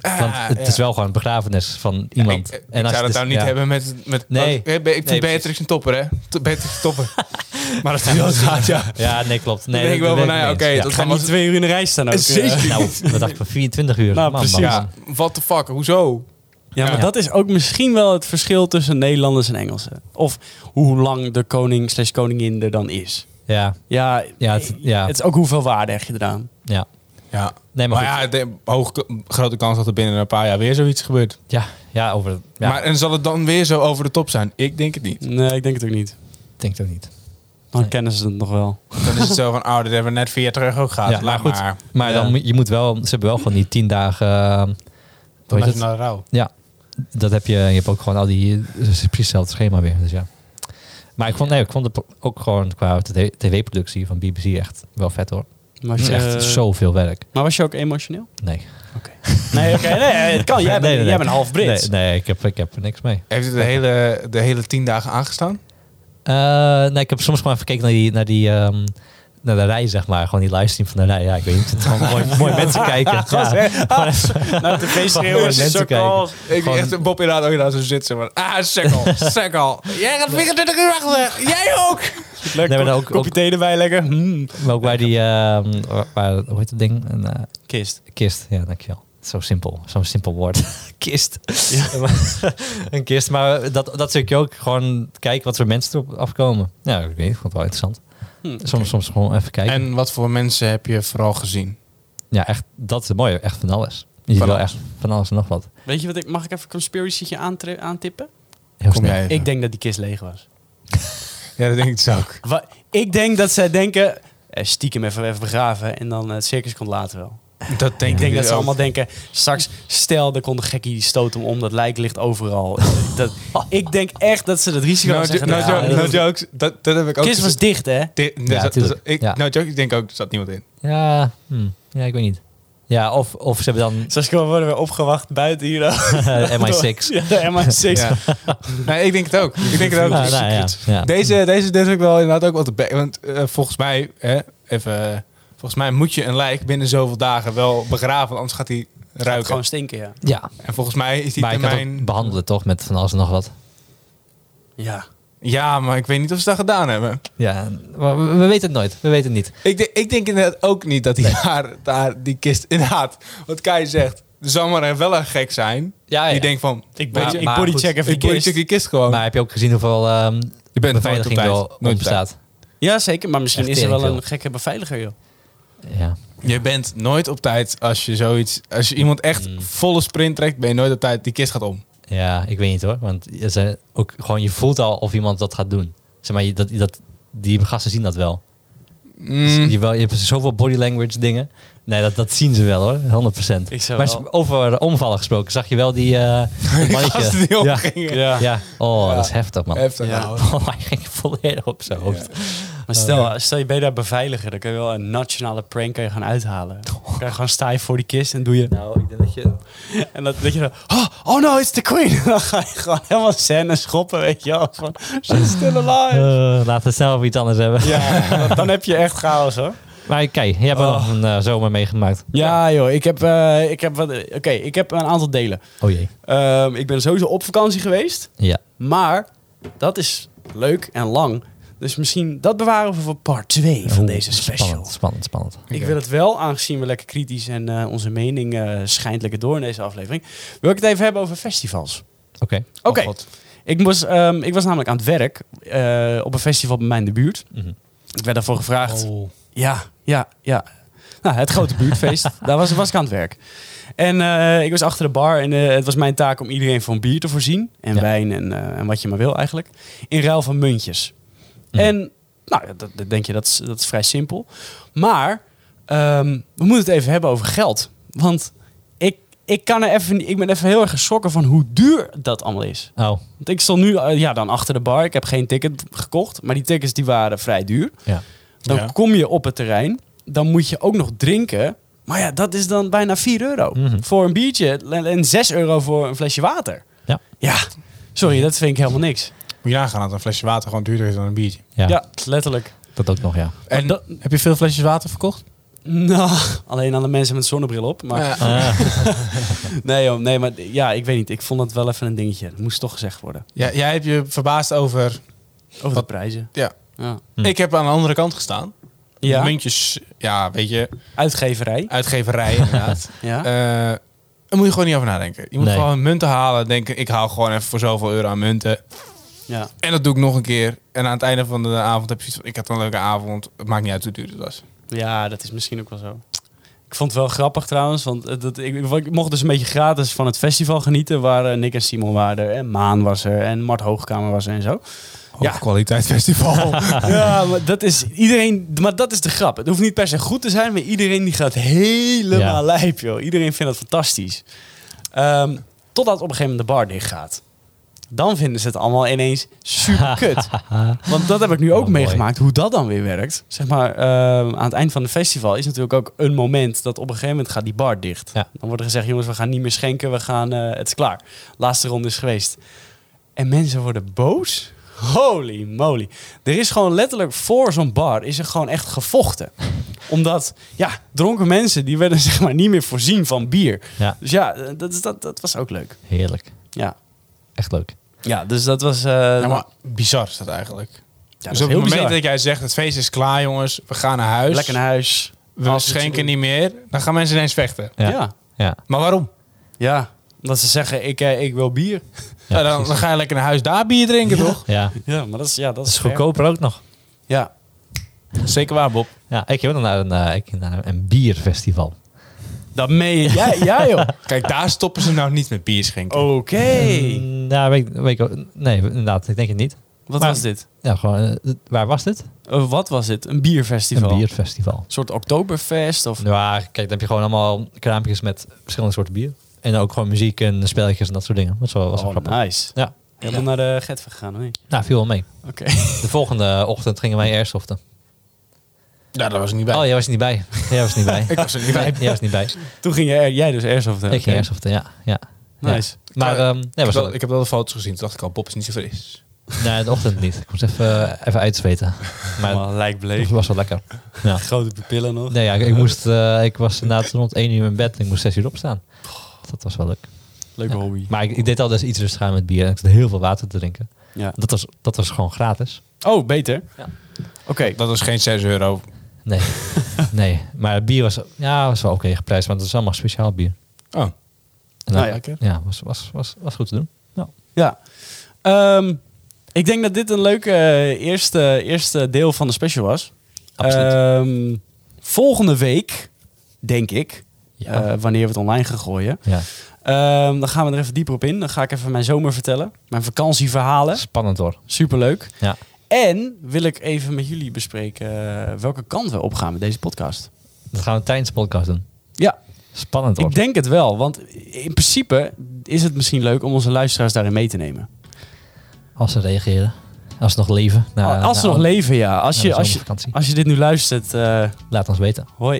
Speaker 3: Ah,
Speaker 2: Want het
Speaker 3: ja.
Speaker 2: is wel gewoon een begrafenis van iemand.
Speaker 3: Ik, ik
Speaker 2: als je
Speaker 3: zou dat
Speaker 2: dus-
Speaker 3: nou niet
Speaker 2: ja.
Speaker 3: hebben met... met
Speaker 2: Nee.
Speaker 3: Ik vind
Speaker 2: Nee,
Speaker 3: Beatrix een topper, hè? T- Beatrix een topper. maar dat hij dood gaat, ja.
Speaker 2: Ja, nee, klopt. Nee,
Speaker 3: Dan denk ik wel
Speaker 2: dat ben
Speaker 3: van, nou ja,
Speaker 2: mee
Speaker 3: oké,
Speaker 2: eens.
Speaker 3: dat
Speaker 1: Ga
Speaker 3: gaan
Speaker 1: niet
Speaker 3: we...
Speaker 1: twee uur in de rij staan ook.
Speaker 3: Zeker.
Speaker 1: eh.
Speaker 2: Nou, we dachten van 24 uur.
Speaker 1: Nou,
Speaker 2: man,
Speaker 1: precies.
Speaker 2: man.
Speaker 3: Ja, what the fuck, hoezo?
Speaker 1: Ja, maar
Speaker 2: Ja.
Speaker 1: dat is ook misschien wel het verschil tussen Nederlanders en Engelsen. Of hoe lang de koning slash koningin er dan is.
Speaker 2: Ja,
Speaker 1: Ja, eh,
Speaker 2: ja, het, ja,
Speaker 1: het is ook hoeveel waarde heb je eraan.
Speaker 2: ja.
Speaker 3: Ja.
Speaker 2: Nee, maar
Speaker 3: Maar,
Speaker 2: goed.
Speaker 3: ja, de, hoog, grote kans dat er binnen een paar jaar weer zoiets gebeurt.
Speaker 2: Ja, ja, over... Ja,
Speaker 3: Maar en zal het dan weer zo over de top zijn? Ik denk het niet.
Speaker 1: Nee, ik denk het ook niet.
Speaker 2: ik denk het ook niet.
Speaker 1: Dan
Speaker 2: Nee.
Speaker 1: kennen ze het nog wel.
Speaker 3: Dan is het zo van, oh, dat hebben we net vier terug ook gehad.
Speaker 2: Ja, maar
Speaker 3: Laat
Speaker 2: goed.
Speaker 3: maar.
Speaker 2: Maar
Speaker 1: Ja.
Speaker 2: dan, moet- je moet wel... Ze hebben wel gewoon die 10 dagen... eh, hoe heet het?
Speaker 3: Nationale rouw.
Speaker 2: Ja, dat heb je... Je hebt ook gewoon al die... het is Precies hetzelfde schema weer, dus ja. Maar ik vond, nee, ik vond het ook gewoon qua tv-productie van BBC echt wel vet hoor.
Speaker 1: Maar
Speaker 2: Het
Speaker 1: was
Speaker 2: is
Speaker 1: je,
Speaker 2: echt zoveel werk.
Speaker 1: maar was je ook emotioneel?
Speaker 2: Nee.
Speaker 1: Nee, oké, nee, het kan. Jij bent,
Speaker 2: Nee, nee, nee.
Speaker 1: jij bent half Brits.
Speaker 2: Nee, nee ik, heb, ik heb er niks mee.
Speaker 3: Heeft het de hele, de hele tien dagen aangestaan?
Speaker 2: Eh, nee, ik heb soms gewoon even gekeken naar die, naar die ehm, naar de rij, zeg maar. Gewoon die livestream van de rij. Ja, ik weet niet. Het is gewoon mooi, mooi mensen kijken. Ja, gewoon even-
Speaker 1: Nou, de
Speaker 2: Gewoon mensen
Speaker 1: feestschreeuwen,
Speaker 3: Ik
Speaker 2: Gewoon-
Speaker 3: echt Bob inderdaad ook daar zo zitten. Maar, ah, sekkel, sekkel. Jij gaat 24 uur wachten. Jij ook.
Speaker 2: Nee, maar
Speaker 1: Lekker,
Speaker 2: dan
Speaker 1: ook,
Speaker 2: ook-
Speaker 1: kopje thee erbij, lekker. Mm.
Speaker 2: maar ook bij die, ehm, waar, hoe heet dat ding? Een eh,
Speaker 1: Kist.
Speaker 2: kist. Ja, dankjewel. Zo simpel. Zo'n simpel woord. kist. Maar- een kist. Maar dat, dat stukje ook. Gewoon kijken wat voor mensen erop afkomen. Ja, ik weet niet. Ik vond het wel interessant.
Speaker 1: Hm.
Speaker 2: Soms, soms gewoon even kijken.
Speaker 3: En wat voor mensen heb je vooral gezien?
Speaker 2: ja, echt. Dat is het mooie. Echt van alles. Je ziet
Speaker 3: Van
Speaker 2: wel
Speaker 3: alles.
Speaker 2: echt van alles en nog wat.
Speaker 1: Weet je wat ik... Mag ik even een conspiracytje aantre- aantippen?
Speaker 2: Heel
Speaker 3: Kom
Speaker 2: snel.
Speaker 3: jij even.
Speaker 1: Ik denk dat die kist leeg was.
Speaker 3: Ja, dat denk ik dus ook.
Speaker 1: Wa- ik denk dat zij denken... eh, stiekem even, even begraven en dan eh, het circus komt later wel.
Speaker 3: Dat denk dus
Speaker 1: Ik denk dat ze
Speaker 3: ook.
Speaker 1: allemaal denken, straks, stel, er komt een gekkie die stoot hem om, dat lijk ligt overal. dat, ik denk echt dat ze dat risico
Speaker 3: No,
Speaker 1: gaan
Speaker 3: jo-
Speaker 1: zeggen.
Speaker 3: no,
Speaker 1: ja,
Speaker 3: jo-
Speaker 1: dat-
Speaker 3: no jokes. Dat, dat heb ik ook.
Speaker 1: Kist was
Speaker 3: gezien.
Speaker 1: dicht, hè?
Speaker 3: Dit-
Speaker 2: Ja,
Speaker 3: dat- dat-
Speaker 2: tuurlijk.
Speaker 3: ik,
Speaker 2: Ja.
Speaker 3: No jokes, ik denk ook, er zat niemand in.
Speaker 2: Ja, hm. ja ik weet niet. Ja, of, of ze hebben dan
Speaker 1: Saskia, we worden weer opgewacht buiten hier.
Speaker 2: MI6.
Speaker 1: Ja, de MI6.
Speaker 3: Ja. nee, ik denk het ook. Ik denk het ook.
Speaker 2: Ah, nou ja, ja.
Speaker 3: Deze, deze durf ik wel inderdaad ook wel te bekken. Want eh, volgens mij, hè, even, eh, volgens mij moet je een lijk binnen zoveel dagen wel begraven, anders gaat hij ruiken.
Speaker 1: Gewoon stinken, ja.
Speaker 2: Ja,
Speaker 3: En volgens mij is die
Speaker 2: maar je kan het ook
Speaker 3: termijn...
Speaker 2: behandelen toch met van alles en nog wat.
Speaker 1: Ja.
Speaker 3: Ja, maar ik weet niet of ze dat gedaan hebben.
Speaker 2: Ja, maar we, we weten het nooit. We weten het niet.
Speaker 3: Ik, denk- ik denk inderdaad ook niet dat hij daar, daar die kist inderdaad. Wat Kai zegt, er zal maar een wel een gek zijn.
Speaker 2: Ah, Ja,
Speaker 3: Die
Speaker 2: ja.
Speaker 3: denkt van,
Speaker 1: Ik,
Speaker 2: Maar-
Speaker 1: body- ik
Speaker 2: maar
Speaker 1: bodycheck even
Speaker 3: ik
Speaker 1: die
Speaker 3: check
Speaker 1: kist.
Speaker 3: die kist gewoon.
Speaker 2: Maar heb je ook gezien hoeveel ehm
Speaker 3: je bent nooit op
Speaker 2: beveiliging
Speaker 3: tijd.
Speaker 2: er
Speaker 3: Nooit
Speaker 2: al
Speaker 3: op
Speaker 2: om
Speaker 3: tijd.
Speaker 2: bestaat?
Speaker 1: Ja, zeker. Maar misschien
Speaker 2: Echt
Speaker 1: is er wel
Speaker 2: teringveel.
Speaker 1: een gekke beveiliger, joh.
Speaker 2: Ja.
Speaker 3: Je bent nooit op tijd als je zoiets... Als je iemand echt volle sprint trekt, ben je nooit op tijd. Die kist gaat om.
Speaker 2: ja, ik weet niet hoor. Want er zijn ook gewoon, je voelt al of iemand dat gaat doen. Zeg maar, je- dat, dat, die gasten zien dat wel. Dus
Speaker 3: Mm.
Speaker 2: je, wel, je hebt zoveel body language dingen. Nee, dat, dat zien ze wel hoor, 100%.
Speaker 1: Ik zou
Speaker 2: maar
Speaker 1: wel-
Speaker 2: over omvallen gesproken, zag je wel die eh dat
Speaker 3: Gasten
Speaker 2: mannetje?
Speaker 3: die
Speaker 2: ja.
Speaker 3: omgingen.
Speaker 1: Ja.
Speaker 2: ja, oh,
Speaker 3: Ja.
Speaker 2: dat is heftig man. Oh,
Speaker 3: Heftig.
Speaker 1: Ja.
Speaker 3: nou.
Speaker 2: Hij ging volledig op zijn hoofd.
Speaker 1: Maar stel, stel je bent daar beveiliger, dan kun je wel een nationale prank kan je gaan uithalen. Dan kan je gewoon sta je voor die kist en doe je...
Speaker 2: Nou, ik denk dat je...
Speaker 1: En dat, dat je dan... Oh, oh no, it's the queen! Dan ga je gewoon helemaal scène schoppen, weet je wel. Van, she's still alive!
Speaker 2: laten we snel even iets anders hebben.
Speaker 1: Ja, dan- dan heb je echt chaos, hoor.
Speaker 2: Maar kijk, jij hebt wel
Speaker 1: Oh.
Speaker 2: nog een eh, zomer meegemaakt.
Speaker 1: Ja, joh. Ik heb, eh, ik heb, wat- oké, ik heb een aantal delen.
Speaker 2: Oh jee.
Speaker 1: Ehm, ik ben sowieso op vakantie geweest.
Speaker 2: Ja.
Speaker 1: Maar dat is leuk en lang. Dus misschien dat bewaren we voor part 2 van
Speaker 2: Oeh,
Speaker 1: deze special.
Speaker 2: Spannend, spannend, spannend.
Speaker 1: Ik wil het wel, aangezien we lekker kritisch en eh, onze mening eh, schijnt lekker door in deze aflevering. Wil ik het even hebben over festivals.
Speaker 2: Oké.
Speaker 1: Oké,
Speaker 3: Oh god.
Speaker 1: ik, was, ehm, ik was namelijk aan het werk eh, op een festival bij mij in de buurt.
Speaker 2: Mhm.
Speaker 1: Ik werd daarvoor gevraagd. Ja, ja, ja. Nou, het grote buurtfeest. Daar was, was ik aan het werk. En eh, ik was achter de bar en eh, het was mijn taak om iedereen van bier te voorzien. En
Speaker 2: Ja.
Speaker 1: wijn en, eh, en wat je maar wil eigenlijk. In ruil van muntjes.
Speaker 2: Mhm.
Speaker 1: En nou, dat, dat denk je, dat is, dat is vrij simpel. Maar ehm, we moeten het even hebben over geld. Want ik, ik, kan er even, ik ben even heel erg geschrokken van hoe duur dat allemaal is.
Speaker 2: Oh,
Speaker 1: Want ik stond nu eh, ja, dan achter de bar. Ik heb geen ticket gekocht. Maar die tickets die waren vrij duur.
Speaker 2: ja.
Speaker 1: Dan
Speaker 3: Ja.
Speaker 1: kom je op het terrein. Dan moet je ook nog drinken. Maar ja, dat is dan bijna 4 euro
Speaker 2: Mhm.
Speaker 1: voor een biertje. En- En 6 euro voor een flesje water.
Speaker 2: Ja.
Speaker 1: Ja, sorry, dat vind ik helemaal niks.
Speaker 3: Moet je nagaan dat een flesje water gewoon duurder is dan een biertje.
Speaker 2: Ja,
Speaker 1: Ja, letterlijk.
Speaker 2: dat ook nog, ja.
Speaker 3: En
Speaker 1: dat-
Speaker 3: heb je veel flesjes water verkocht?
Speaker 1: Nou, alleen aan de mensen met zonnebril op. Maar
Speaker 3: Ja.
Speaker 2: Ah,
Speaker 1: nee, joh, nee, maar ja, ik weet niet. Ik vond dat wel even een dingetje. Dat moest toch gezegd worden.
Speaker 3: Ja, jij hebt je verbaasd over...
Speaker 1: Over de prijzen.
Speaker 3: Ja.
Speaker 1: Ja,
Speaker 2: Hm.
Speaker 3: Ik heb aan de andere kant gestaan.
Speaker 1: ja.
Speaker 3: Muntjes, ja, weet je,
Speaker 1: uitgeverij.
Speaker 3: uitgeverij inderdaad.
Speaker 1: Ja.
Speaker 3: Eh, daar moet je gewoon niet over nadenken. Je moet
Speaker 2: Nee.
Speaker 3: gewoon munten halen. Denken, ik haal gewoon even voor zoveel euro aan munten.
Speaker 1: ja.
Speaker 3: En dat doe ik nog een keer. En aan het einde van de avond heb je zoiets van, ik had een leuke avond. Het maakt niet uit hoe duur het was.
Speaker 1: Ja, dat is misschien ook wel zo. Ik vond het wel grappig trouwens, want eh, dat, ik, ik mocht dus een beetje gratis van het festival genieten. Waar eh, Nick en Simon waren en Maan was er en Mart Hoogkamer was er en zo.
Speaker 3: Hoogkwaliteit festival.
Speaker 1: ja, maar dat is iedereen, maar dat is de grap. Het hoeft niet per se goed te zijn, maar iedereen die gaat helemaal
Speaker 2: Ja.
Speaker 1: lijp joh. Iedereen vindt dat fantastisch. Ehm, totdat op een gegeven moment de bar dicht gaat. Dan vinden ze het allemaal ineens super kut. Want dat heb ik nu ook
Speaker 2: Oh, mooi.
Speaker 1: meegemaakt, hoe dat dan weer werkt. Zeg maar, ehm, aan het eind van het festival is natuurlijk ook een moment dat op een gegeven moment gaat die bar dicht.
Speaker 2: Ja.
Speaker 1: Dan wordt er gezegd, jongens, we gaan niet meer schenken, we gaan, eh, het is klaar. Laatste ronde is geweest. En mensen worden boos. Holy moly. Er is gewoon letterlijk voor zo'n bar is er gewoon echt gevochten. Omdat, ja, dronken mensen die werden zeg maar niet meer voorzien van bier.
Speaker 2: ja,
Speaker 1: Dus ja, eh, dat, is- dat, dat was ook leuk.
Speaker 2: heerlijk.
Speaker 1: Ja,
Speaker 2: Echt leuk.
Speaker 1: ja dus dat was... eh,
Speaker 3: Ja, maar bizar is dat eigenlijk.
Speaker 1: ja, dat is
Speaker 3: dus op het
Speaker 1: heel
Speaker 3: moment
Speaker 1: bizar.
Speaker 3: dat jij zegt, het feest is klaar jongens, we gaan naar huis.
Speaker 1: Lekker naar huis.
Speaker 3: we
Speaker 1: Als het-
Speaker 3: schenken niet meer. Dan gaan mensen ineens vechten.
Speaker 2: Ja.
Speaker 1: Ja.
Speaker 2: Ja,
Speaker 3: Maar waarom?
Speaker 1: Ja, omdat ze zeggen, ik, eh, ik wil bier.
Speaker 2: ja,
Speaker 3: Ja, Nou, dan, dan
Speaker 2: precies.
Speaker 3: ga je lekker naar huis daar bier drinken, toch?
Speaker 2: ja.
Speaker 1: Ja, maar dat is, ja, dat
Speaker 2: Dat is goedkoper ook nog.
Speaker 1: Ja.
Speaker 3: Zeker waar, Bob.
Speaker 2: Ja, ik ging ook nog naar een, eh, ik ging naar een bierfestival.
Speaker 1: Dat meen je. Ja, ja joh.
Speaker 3: Kijk, daar stoppen ze nou niet met bier schenken.
Speaker 1: Oké.
Speaker 2: Mm, nou, weet, ik- weet ik ook- nee, inderdaad, ik denk het niet.
Speaker 1: Wat
Speaker 2: Maar-
Speaker 1: was dit?
Speaker 2: Ja, gewoon, eh, waar was dit?
Speaker 1: Eh, wat was dit? Een bierfestival?
Speaker 2: Een bierfestival.
Speaker 1: Een soort oktoberfest of...
Speaker 2: Ja, kijk, dan heb je gewoon allemaal kraampjes met verschillende soorten bier. En dan ook gewoon muziek en spelletjes en dat soort dingen. Dat was wel, was wel
Speaker 1: Oh,
Speaker 2: grappig.
Speaker 3: nou.
Speaker 1: nice.
Speaker 2: Ja.
Speaker 1: Helemaal naar de get gegaan, hoor.
Speaker 2: Nou, viel wel mee.
Speaker 1: Oké.
Speaker 2: De volgende ochtend gingen wij airsoften.
Speaker 3: Ja, daar was ik niet bij.
Speaker 2: Oh, jij was er niet bij. Jij was er niet bij.
Speaker 3: Ik was er niet bij.
Speaker 2: Nee, jij was er niet bij.
Speaker 1: Toen ging jij, jij dus Airsoft hebben.
Speaker 2: Ik ging airsoft, ja. ja. ja.
Speaker 1: Nice.
Speaker 2: Maar
Speaker 3: Eh,
Speaker 2: ehm, nee, was
Speaker 3: ik,
Speaker 2: wel
Speaker 3: heb wel, ik heb wel de foto's gezien. Toen dacht ik al, Bob is niet zo fris.
Speaker 2: Nee, in de ochtend niet. Ik moest even, eh, even uitzweten. Maar
Speaker 1: Maar lijkt bleek.
Speaker 2: het was wel lekker. Ja.
Speaker 1: Grote pupillen nog.
Speaker 2: Nee, ja, ik, ik moest, eh, ik was na rond 1 uur in bed en ik moest 6 uur opstaan. Dus Dat was wel leuk.
Speaker 1: Leuke hobby.
Speaker 2: Maar ik, ik deed al dus iets rustig aan met bier. Ik had heel veel water te drinken.
Speaker 1: Ja.
Speaker 2: Dat was, dat was gewoon gratis.
Speaker 1: Oh, beter.
Speaker 2: Ja.
Speaker 1: Oké.
Speaker 3: Dat was geen 6 euro.
Speaker 2: Nee, nee. Maar het bier was, ja, was wel oké geprijsd, want het is allemaal speciaal bier.
Speaker 3: Oh,
Speaker 2: En
Speaker 1: Nou
Speaker 2: dat-
Speaker 1: ja, Nou,
Speaker 2: ja, was, was, was, was goed te doen.
Speaker 1: Ja. Ehm, ik denk dat dit een leuke eh, eerste, eerste deel van de special was.
Speaker 2: Absoluut.
Speaker 1: Ehm, volgende week, denk ik,
Speaker 2: ja.
Speaker 1: eh, wanneer we het online gaan gooien,
Speaker 2: ja,
Speaker 1: ehm, dan gaan we er even dieper op in. Dan ga ik even mijn zomer vertellen, mijn vakantieverhalen.
Speaker 2: spannend hoor.
Speaker 1: Superleuk.
Speaker 2: Ja.
Speaker 1: En wil ik even met jullie bespreken eh, welke kant we opgaan met deze podcast.
Speaker 2: Dat gaan we tijdens de podcast doen.
Speaker 1: Ja,
Speaker 2: Spannend hoor.
Speaker 1: ik denk het wel, want in principe is het misschien leuk om onze luisteraars daarin mee te nemen.
Speaker 2: Als ze reageren. Als ze nog leven. na-
Speaker 1: als ze
Speaker 2: na-
Speaker 1: nog leven, ja.
Speaker 2: na
Speaker 1: Als
Speaker 2: de
Speaker 1: je, als je,
Speaker 2: zomervakantie.
Speaker 1: als je dit nu luistert, eh,
Speaker 2: Laat ons weten.
Speaker 1: hoi.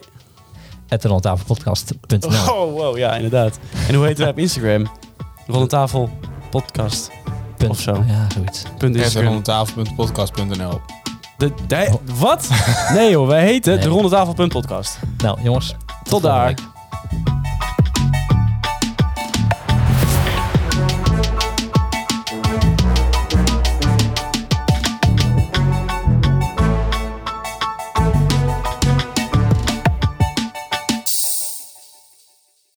Speaker 2: At rondtafelpodcast.nl
Speaker 1: Oh, wow, ja, inderdaad. En hoe heten wij op Instagram? Rondetafel podcast.
Speaker 2: Punt.
Speaker 1: of zo.
Speaker 2: Ja, zoiets.
Speaker 1: Punt Instagram.
Speaker 3: tafel.podcast.nl.
Speaker 1: De, de- wat? Nee joh, wij heten
Speaker 2: Nee.
Speaker 1: de rondetafel.podcast.
Speaker 2: Nou jongens.
Speaker 1: Tot
Speaker 2: volgende
Speaker 1: daar.
Speaker 2: week.